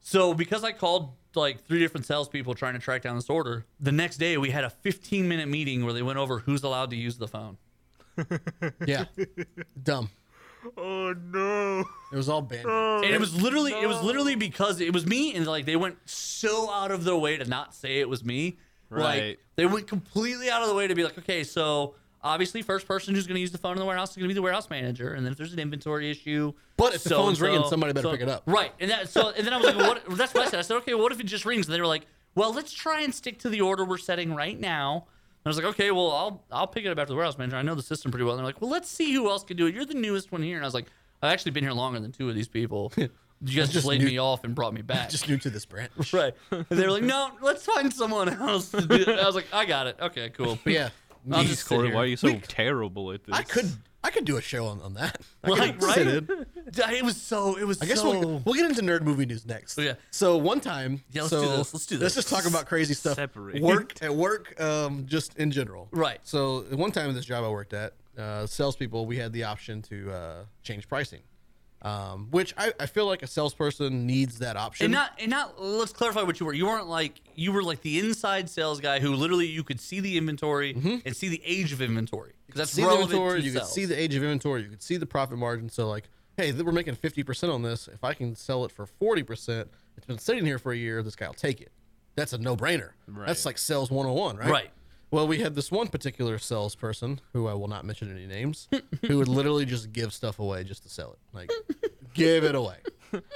Speaker 2: so because i called like three different salespeople trying to track down this order the next day we had a 15 minute meeting where they went over who's allowed to use the phone
Speaker 1: Yeah. [LAUGHS] Dumb.
Speaker 3: oh no.
Speaker 1: It was all banned.
Speaker 2: and it was literally it was literally because it was me and like they went so out of their way to not say it was me like
Speaker 3: Right.
Speaker 2: they went completely out of the way to be like okay so obviously first person who's going to use the phone in the warehouse is going to be the warehouse manager and then if there's an inventory issue
Speaker 1: But if the
Speaker 2: so-and-so-
Speaker 1: phone's ringing, somebody better
Speaker 2: so-
Speaker 1: pick it up.
Speaker 2: right and that so and then i was like what that's what i said i said okay what if it just rings and they were like well let's try and stick to the order we're setting right now and I was like, okay, well, I'll I'll pick it up after the warehouse manager. I know the system pretty well. And they're like, well, let's see who else can do it. You're the newest one here. And I was like, I've actually been here longer than two of
Speaker 1: [LAUGHS]
Speaker 2: these people. You guys just
Speaker 1: just
Speaker 2: laid
Speaker 1: knew-
Speaker 2: me off and brought me back.
Speaker 1: Just new to this [LAUGHS] branch.
Speaker 2: [LAUGHS] right. And they were
Speaker 1: [LAUGHS]
Speaker 2: like, no, let's find someone else. To do it. I was like, I got it. Okay, cool.
Speaker 1: But yeah.
Speaker 2: I'll
Speaker 1: me-
Speaker 2: just sit
Speaker 3: Corey,
Speaker 2: here.
Speaker 3: why are you so terrible at this?
Speaker 1: I could I could do a show on, on that. I could
Speaker 2: like,
Speaker 1: [LAUGHS]
Speaker 2: right?
Speaker 1: sit in.
Speaker 2: It was so. It was.
Speaker 1: I guess
Speaker 2: so, Oh,
Speaker 1: we'll, we'll get into nerd movie news next.
Speaker 2: Yeah.
Speaker 1: So one time,
Speaker 2: Yeah, let's
Speaker 1: so
Speaker 2: do this, let's do
Speaker 1: Let's
Speaker 2: this.
Speaker 1: just talk about crazy stuff.
Speaker 3: Separate.
Speaker 2: [LAUGHS]
Speaker 1: Work at work, um, just in general.
Speaker 2: Right.
Speaker 1: So one time at this job I worked at, uh, salespeople, we had the option to uh, change pricing, um, which I, I feel like a salesperson needs that option.
Speaker 2: And not and not let's clarify what you were. You weren't like you were like the inside sales guy who literally you could see the inventory and see the age of inventory because that's
Speaker 1: Mm-hmm. see the
Speaker 2: relevant
Speaker 1: inventory,
Speaker 2: to
Speaker 1: you could
Speaker 2: sales.
Speaker 1: see the age of inventory, you could see the profit margin. So like, hey, th- we're making fifty percent on this. If I can sell it for forty percent, it's been sitting here for a year. This guy will take it. That's a no brainer. That's like sales one hundred and one, right?
Speaker 2: Right.
Speaker 1: Well, we had this one particular salesperson who I will not mention any names, who would literally just give stuff away just to sell it, like give it away.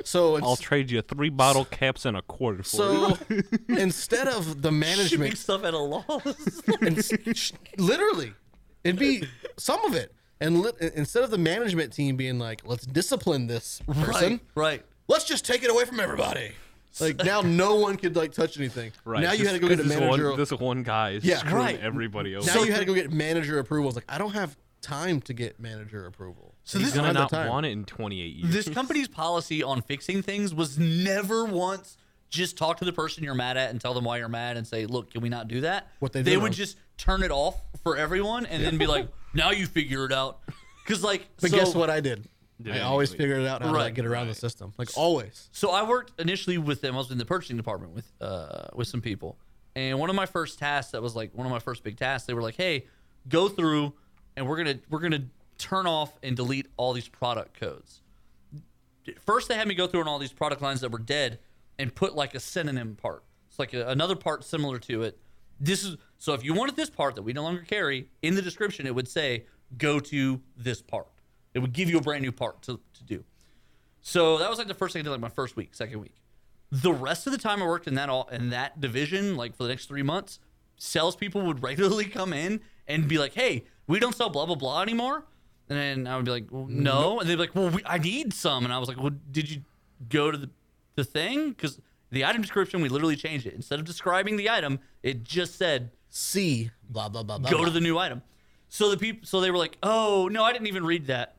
Speaker 1: So
Speaker 3: [LAUGHS] I'll
Speaker 1: it's,
Speaker 3: trade you three bottle caps and a quarter for it.
Speaker 1: so instead of
Speaker 3: [LAUGHS]
Speaker 1: the
Speaker 2: [LAUGHS] shipping
Speaker 1: management
Speaker 2: stuff at
Speaker 1: [LAUGHS]
Speaker 2: a loss.
Speaker 1: and s- sh- literally, it'd be some of it. And li- instead of the management team being like, "Let's discipline this person,"
Speaker 2: right, right.
Speaker 1: let's just take it away from everybody. Like now, no one could like touch anything.
Speaker 3: Right.
Speaker 1: Now you
Speaker 3: just
Speaker 1: had to go get a
Speaker 3: 'cause this
Speaker 1: manager.
Speaker 3: One, this one guy is
Speaker 1: Yeah.
Speaker 3: screwing
Speaker 2: Right.
Speaker 3: everybody over.
Speaker 1: now you had to go get manager approval. It's like I don't have time to get manager approval.
Speaker 2: So
Speaker 3: He's
Speaker 2: this
Speaker 3: gonna
Speaker 1: I don't
Speaker 3: not
Speaker 1: have the time.
Speaker 3: want it in 28 years.
Speaker 2: this company's policy on fixing things was never once just talk to the person you're mad at and tell them why you're mad and say, "Look, can we not do that?"
Speaker 1: What they
Speaker 2: they
Speaker 1: did
Speaker 2: would
Speaker 1: was-
Speaker 2: just turn it off for everyone and then
Speaker 1: [LAUGHS]
Speaker 2: be like, "Now you figure it out." Because like,
Speaker 1: But
Speaker 2: so-
Speaker 1: guess what I did? I
Speaker 3: Yeah,
Speaker 1: always
Speaker 3: you-
Speaker 1: figured out how to
Speaker 2: Right,
Speaker 1: like, get around the system. Like always.
Speaker 2: So I worked initially with them. I was in the purchasing department with uh, with some people, and one of my first tasks that was like one of my first big tasks. They were like, "Hey, go through, and we're gonna we're gonna turn off and delete all these product codes." First, they had me go through on all these product lines that were dead and put like a synonym part. It's like a, another part similar to it. This is so if you wanted this part that we no longer carry in the description, it would say go to this part. It would give you a brand new part to, to do. So that was like the first thing I did, like my first week, second week. The rest of the time I worked in that all in that division, like for the next three months, salespeople would [LAUGHS] regularly come in and be like, "Hey, we don't sell blah blah blah anymore," and then I would be like, well, "No," and they'd be like, "Well, we, I need some," and I was like, "Well, did you go to the the thing?" Because The item description, we literally changed it. Instead of describing the item, it just said
Speaker 1: C blah blah blah. blah
Speaker 2: go
Speaker 1: blah.
Speaker 2: to the new item. So the people, so they were like, "Oh no, I didn't even read that."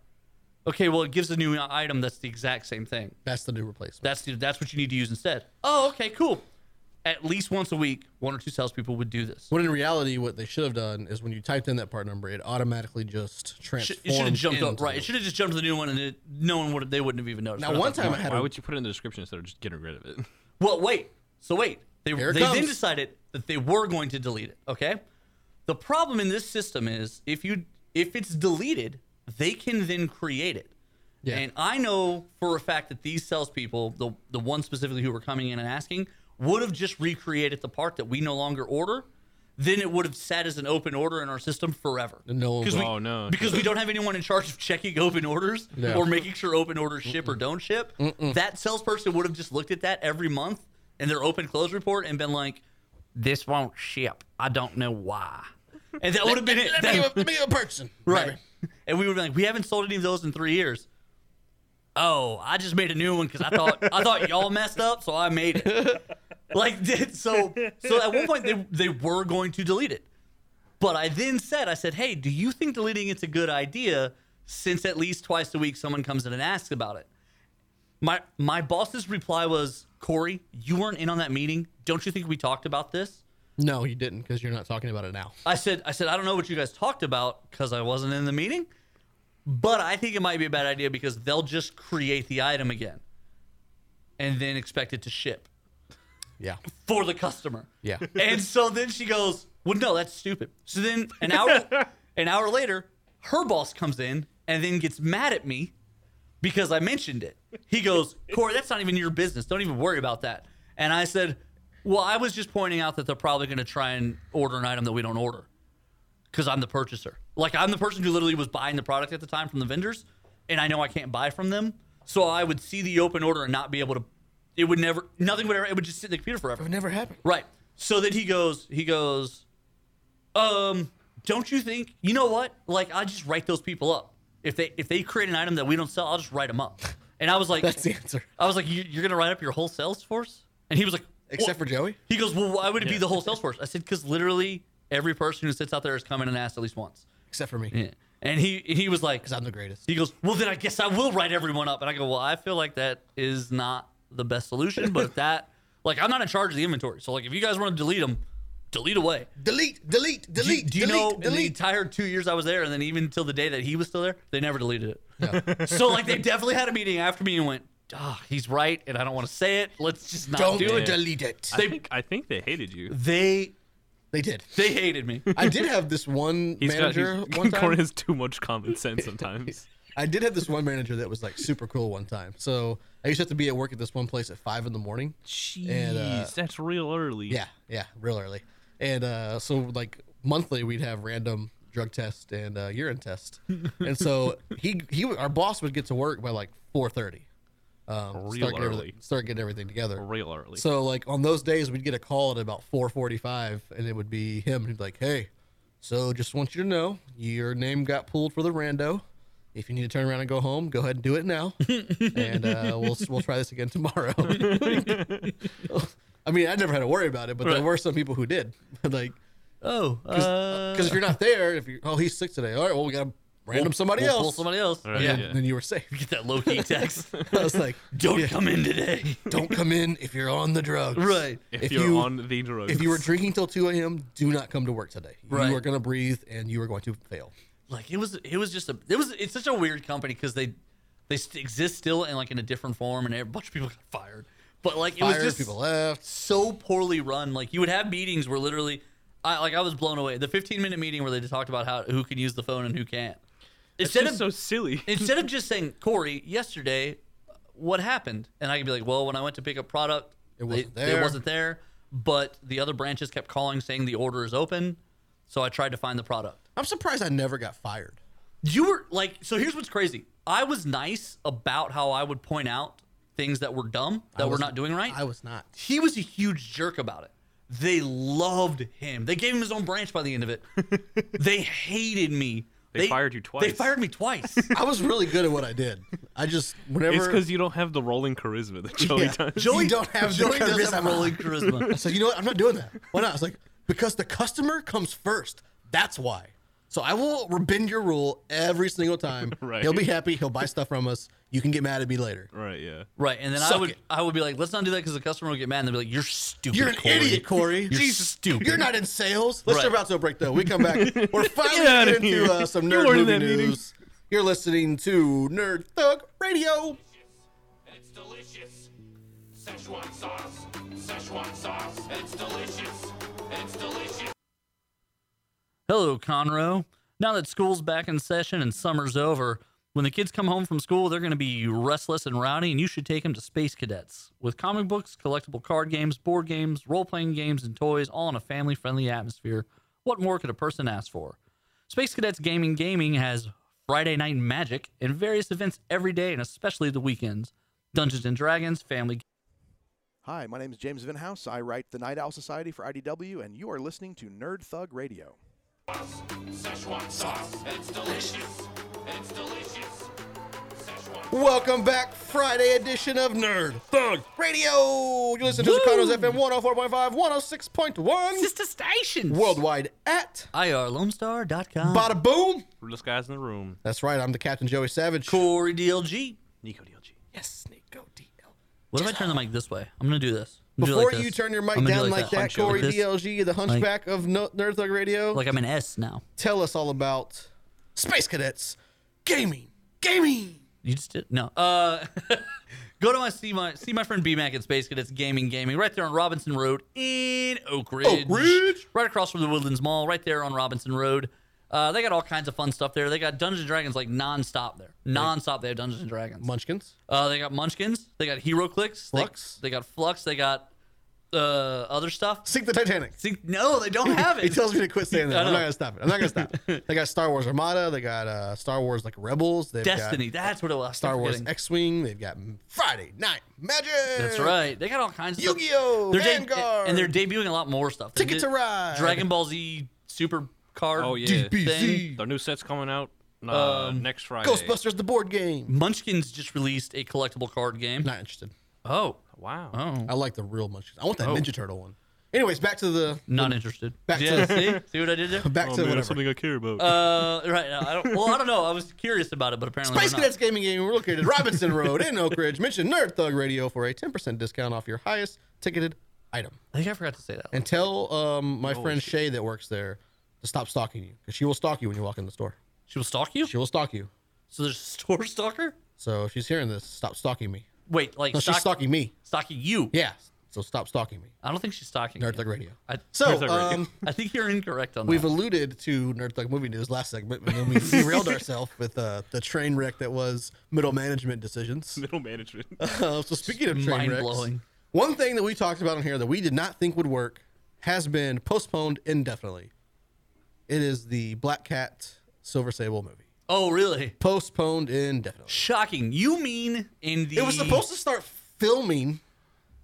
Speaker 2: Okay, well, it gives a new item that's the exact same thing.
Speaker 1: That's the new replacement.
Speaker 2: That's the, that's what you need to use instead. Oh, okay, cool. At least once a week, one or two salespeople would do this.
Speaker 1: When in reality, what they should have done is when you typed in that part number, it automatically just
Speaker 2: Sh-
Speaker 1: transformed.
Speaker 2: It should have jumped up,
Speaker 1: into-
Speaker 2: right? It should have just jumped to the new one, and it, no one would they wouldn't have even noticed.
Speaker 1: Now,
Speaker 2: But I
Speaker 1: one
Speaker 2: thought,
Speaker 1: time I had
Speaker 3: Why
Speaker 1: a
Speaker 3: would you put it in the description instead of just getting rid of it?
Speaker 2: Well, wait. So wait. They,
Speaker 1: Here it
Speaker 2: they then
Speaker 1: comes.
Speaker 2: decided that they were going to delete it. Okay. The problem in this system is if you if it's deleted, they can then create it.
Speaker 1: Yeah.
Speaker 2: And I know for a fact that these salespeople, the the one specifically who were coming in and asking, would have just recreated the part that we no longer order. Then it would have sat as an open order in our system forever.
Speaker 1: no one
Speaker 2: 'Cause [LAUGHS] we-
Speaker 3: Oh, no.
Speaker 2: Because we don't have anyone in charge of checking open orders
Speaker 1: Yeah.
Speaker 2: or making sure open orders ship or don't ship. That salesperson would have just looked at that every month in their open close report and been like, "This won't ship. I don't know why." And that would have been it.
Speaker 1: let, me,
Speaker 2: That-
Speaker 1: give a- let me give a person.
Speaker 2: right.
Speaker 1: Maybe.
Speaker 2: And we would have been like, "We haven't sold any of those in three years." Oh, I just made a new one because I thought I thought y'all messed up, so I made it. Like did so so at one point they they were going to delete it. But I then said, I said, hey, do you think deleting it's a good idea since at least twice a week someone comes in and asks about it? My my boss's reply was, Corey, you weren't in on that meeting. Don't you think we talked about this?
Speaker 1: No, you didn't because you're not talking about it now.
Speaker 2: I said, I said, I don't know what you guys talked about because I wasn't in the meeting, but I think it might be a bad idea because they'll just create the item again and then expect it to ship
Speaker 1: Yeah.
Speaker 2: for the customer.
Speaker 1: Yeah.
Speaker 2: [LAUGHS] And so then she goes, "Well, no, that's stupid." So then an hour, an hour later, her boss comes in and then gets mad at me because I mentioned it. He goes, "Corey, that's not even your business. Don't even worry about that." And I said, "Well, I was just pointing out that they're probably going to try and order an item that we don't order because I'm the purchaser. Like I'm the person who literally was buying the product at the time from the vendors, and I know I can't buy from them, so I would see the open order and not be able to." It would never, nothing would ever, it would just sit in the computer forever.
Speaker 1: It never happened.
Speaker 2: Right. So then he goes, he goes, um, don't you think? You know what? Like I just write those people up. If they if they create an item that we don't sell, I'll just write them up. And I was like,
Speaker 1: That's the answer.
Speaker 2: I was like, you, you're gonna write up your whole sales force? And he was like,
Speaker 1: Except
Speaker 2: "Well-"
Speaker 1: for Joey.
Speaker 2: he goes, well, why would it be the whole sales force? I said, because literally every person who sits out there is coming and asked at least once.
Speaker 1: Except for me. Because
Speaker 2: Yeah. And he he was like,
Speaker 1: I'm the greatest.
Speaker 2: he goes, Well, then I guess I will write everyone up. And I go, Well, I feel like that is not the best
Speaker 1: [LAUGHS]
Speaker 2: solution, but if that, like, I'm not in charge of the inventory. So, like, if you guys want to delete them, delete away.
Speaker 1: Delete, delete,
Speaker 2: Do you-
Speaker 1: delete,
Speaker 2: do you
Speaker 1: delete,
Speaker 2: know in the
Speaker 1: delete.
Speaker 2: entire two years I was there, and then even till the day that he was still there, they never deleted it. [LAUGHS] so, like, they definitely had a meeting after me and went, Ah, he's right, and I don't want to say it. Let's just not
Speaker 1: Don't
Speaker 2: do it.
Speaker 1: delete it.
Speaker 3: I, think, I think they hated you.
Speaker 2: They
Speaker 1: They did.
Speaker 2: they
Speaker 1: [LAUGHS]
Speaker 2: hated me.
Speaker 1: I did have this one
Speaker 3: He's got-
Speaker 1: manager
Speaker 3: [LAUGHS] he's-
Speaker 1: one time.
Speaker 3: Corn has too much common sense sometimes.
Speaker 1: I did have this one manager that was like super cool one time. So I used to have to be at work at this one place at five in the morning.
Speaker 3: [LAUGHS] Jeez,
Speaker 1: And, uh,
Speaker 3: that's real early.
Speaker 1: Yeah, yeah, real early. And uh, so like monthly, we'd have random drug test and uh, urine test. and so he he our boss would get to work by like four thirty. Um,
Speaker 3: Real
Speaker 1: start getting everything-
Speaker 3: early.
Speaker 1: start getting everything together.
Speaker 3: real early.
Speaker 1: So like on those days, we'd get a call at about four forty-five, and it would be him. He'd be like, "Hey, so just want you to know, your name got pulled for the rando. If you need to turn around and go home, go ahead and do it
Speaker 2: [LAUGHS]
Speaker 1: now, and uh, we'll we'll try this again tomorrow." [LAUGHS] I mean, I never had to worry about it, but there
Speaker 2: Right.
Speaker 1: were some people who did. [LAUGHS] like,
Speaker 2: Oh, uh,
Speaker 1: because if you're not there, if you are oh he's sick today, all right, well we got to random somebody
Speaker 2: we'll
Speaker 1: else.
Speaker 2: Pull somebody else.
Speaker 3: Right,
Speaker 1: yeah,
Speaker 2: Yeah.
Speaker 1: then you were safe. [LAUGHS]
Speaker 2: Get that low key text.
Speaker 1: I was like,
Speaker 2: Don't come in today.
Speaker 1: "Don't come in if you're on the drugs."
Speaker 2: Right.
Speaker 3: If,
Speaker 1: if
Speaker 3: you're
Speaker 1: you-
Speaker 3: on the drugs,
Speaker 1: If [LAUGHS] you were drinking till 2 a.m., do not come to work today.
Speaker 2: Right.
Speaker 1: You are going to breathe and you are going to fail.
Speaker 2: like it was it was just a it was it's such a weird company because they they st- exist still in like in a different form and a bunch of people got fired but like it
Speaker 1: Fired,
Speaker 2: was just
Speaker 1: people left.
Speaker 2: so poorly run like you would have meetings where literally i like i was blown away the 15 minute meeting where they just talked about how who can use the phone and who can't
Speaker 3: it's
Speaker 2: instead
Speaker 3: just
Speaker 2: of
Speaker 1: [LAUGHS]
Speaker 3: so silly.
Speaker 2: instead of just saying corey yesterday what happened and i could be like well when i went to pick up product
Speaker 1: It wasn't
Speaker 2: they- it
Speaker 1: there."
Speaker 2: wasn't there but the other branches kept calling saying the order is open so i tried to find the product
Speaker 1: I'm surprised I never got fired.
Speaker 2: you were like, so here's what's crazy. I was nice about how I would point out things that were dumb, that we're
Speaker 1: was-
Speaker 2: not doing right.
Speaker 1: I was not.
Speaker 2: he was a huge jerk about it.
Speaker 1: [LAUGHS]
Speaker 2: They loved him. They gave him his own branch by the end of it. they hated me
Speaker 3: They, fired you twice.
Speaker 2: They fired me twice.
Speaker 1: I was really good at what I did. I just whenever
Speaker 3: It's because you don't have the rolling charisma that Joey
Speaker 1: Yeah.
Speaker 3: does.
Speaker 1: Joey don't have
Speaker 2: [LAUGHS] Joey
Speaker 1: [LAUGHS] Joey doesn't
Speaker 2: does have
Speaker 1: have
Speaker 2: rolling
Speaker 1: [LAUGHS]
Speaker 2: charisma.
Speaker 1: So you know what? I'm not doing that. Why not? It's like because the customer comes first. That's why. So I will bend your rule every single time.
Speaker 3: Right.
Speaker 1: He'll be happy. He'll buy stuff from us. You can get mad at me later.
Speaker 3: Right? Yeah.
Speaker 2: Right, and then I
Speaker 1: Suck
Speaker 2: would
Speaker 1: it.
Speaker 2: I would be like, let's not do that because the customer will get mad and they'll be like, you're stupid.
Speaker 1: You're an
Speaker 2: Corey.
Speaker 1: idiot, Corey.
Speaker 2: You're stupid.
Speaker 1: You're not in sales. Let's
Speaker 2: Right.
Speaker 1: jump out to a break, though. We come back. We're finally
Speaker 3: Get outta
Speaker 1: getting
Speaker 3: here.
Speaker 1: into uh, some
Speaker 3: You
Speaker 1: nerd
Speaker 3: weren't in
Speaker 1: movie
Speaker 3: that meeting.
Speaker 1: news. You're listening to Nerd Thug Radio.
Speaker 5: and it's delicious. Szechuan sauce, Szechuan sauce, and it's delicious, and it's delicious.
Speaker 2: Hello, Conroe. Now that school's back in session and summer's over, when the kids come home from school, they're going to be restless and rowdy, and you should take them to Space Cadets. With comic books, collectible card games, board games, role playing games, and toys, all in a family friendly atmosphere, what more could a person ask for? Space Cadets Gaming Gaming has Friday Night Magic and various events every day, and especially the weekends. Dungeons and Dragons, Family
Speaker 6: Hi, my name is James Vinhouse. I write the Night Owl Society for IDW, and you are listening to Nerd Thug Radio.
Speaker 5: Szechuan sauce, and it's delicious, and it's delicious. Szechuan
Speaker 1: Welcome back, Friday edition of Nerd Thug Radio. You listen to Chicago's FM 104.5, 106.1,
Speaker 2: Sister Stations.
Speaker 1: worldwide at
Speaker 2: IRLonestar.com.
Speaker 1: Bada Boom.
Speaker 3: Rudest guys in the room.
Speaker 1: That's right. I'm the Captain Joey Savage.
Speaker 2: Corey DLG.
Speaker 3: Nico DLG.
Speaker 1: Yes, Nico DL.
Speaker 2: What if I turn the mic this way? I'm gonna do this. I'm gonna do it
Speaker 1: Before
Speaker 2: like
Speaker 1: you
Speaker 2: this.
Speaker 1: turn your
Speaker 2: I'm
Speaker 1: mic
Speaker 2: gonna do
Speaker 1: down
Speaker 2: it
Speaker 1: like, that,
Speaker 2: Like
Speaker 1: Corey
Speaker 2: this.
Speaker 1: DLG, the hunchback of no- Nerd Thug Radio,
Speaker 2: Like I'm an S now.
Speaker 1: tell us all about Space Cadets gaming. Gaming.
Speaker 2: You just did no. Uh, [LAUGHS] go to my see my see my friend B Mac at Space Cadets Gaming Gaming right there on Robinson Road in Oak Ridge.
Speaker 1: Oak Ridge.
Speaker 2: right across from the Woodlands Mall, right there on Robinson Road. Uh, they got all kinds of fun stuff there. They got Dungeons and Dragons like nonstop there, nonstop. They have Dungeons and Dragons.
Speaker 1: Munchkins.
Speaker 2: Uh, they got Munchkins. They got Hero Clicks. They-
Speaker 1: Flux.
Speaker 2: They, got Flux. They got uh, other stuff.
Speaker 1: Sink the Titanic.
Speaker 2: See, no,
Speaker 1: [LAUGHS]
Speaker 2: they don't have it.
Speaker 1: He tells me to quit saying that.
Speaker 2: I
Speaker 1: I'm
Speaker 2: know.
Speaker 1: not gonna stop it. I'm not gonna stop.
Speaker 2: [LAUGHS]
Speaker 1: it. They got Star Wars Armada. They got uh, Star Wars like Rebels. They've
Speaker 2: Destiny.
Speaker 1: Got
Speaker 2: That's what it was.
Speaker 1: Star
Speaker 2: Keep
Speaker 1: Wars
Speaker 2: forgetting.
Speaker 1: X-wing. They've got Friday Night Magic.
Speaker 2: That's right. They got all kinds of stuff.
Speaker 1: Yu-Gi-Oh!
Speaker 2: They're de-
Speaker 1: Vanguard!
Speaker 2: and they're debuting a lot more stuff. They
Speaker 1: Ticket
Speaker 2: did
Speaker 1: to Ride.
Speaker 2: Dragon Ball Z Super Card.
Speaker 3: Oh yeah.
Speaker 2: Thing.
Speaker 3: Their new set's coming out uh, next Friday.
Speaker 1: Um, Ghostbusters the board game.
Speaker 2: Munchkins just released a collectible card game.
Speaker 1: Not interested.
Speaker 2: Oh,
Speaker 3: Wow.
Speaker 2: oh,
Speaker 1: I like the real Munchkins. I want that Ninja Turtle one. Anyways, back to the
Speaker 2: not interested.
Speaker 1: Back to-
Speaker 2: yeah, see, see what I
Speaker 1: [LAUGHS]
Speaker 2: did there.
Speaker 1: back
Speaker 3: Oh,
Speaker 1: to
Speaker 3: man, that's
Speaker 1: whatever.
Speaker 3: something I care about.
Speaker 2: Uh, right. no, I don't, well, I don't know. I was curious about it, but apparently
Speaker 1: Space
Speaker 2: we're not.
Speaker 1: Cadets Gaming Game. We're located at Robinson Road in Oak Ridge. Mention Nerd Thug Radio for a 10% discount off your highest ticketed item.
Speaker 2: I think I forgot to say that.
Speaker 1: And tell um, my friend Shay that works there to stop stalking you because she will stalk you when you walk in the store.
Speaker 2: She will stalk you.
Speaker 1: She will stalk you.
Speaker 2: So there's a store stalker.
Speaker 1: So if she's hearing this, stop stalking me.
Speaker 2: Wait, like
Speaker 1: No,
Speaker 2: stalk,
Speaker 1: she's stalking me.
Speaker 2: stalking you.
Speaker 1: Yeah. So stop stalking me.
Speaker 2: I don't think she's stalking.
Speaker 1: Nerd
Speaker 2: you.
Speaker 1: Thug Radio.
Speaker 2: I,
Speaker 1: So
Speaker 3: Thug Radio.
Speaker 1: um,
Speaker 2: I think you're incorrect on
Speaker 1: we've
Speaker 2: that.
Speaker 1: alluded to Nerd Thug movie news last segment, but then
Speaker 3: [LAUGHS]
Speaker 1: we derailed ourselves with uh, the train wreck that was middle management decisions.
Speaker 3: [LAUGHS] Middle management.
Speaker 1: [LAUGHS]
Speaker 3: [LAUGHS]
Speaker 1: Uh, so speaking of train wrecks,
Speaker 2: mind-blowing.
Speaker 1: one thing that we talked about on here that we did not think would work has been postponed indefinitely. It is the Black Cat Silver Sable movie.
Speaker 2: Oh, really?
Speaker 1: Postponed indefinitely.
Speaker 2: Shocking. You mean in the
Speaker 1: It was supposed to start filming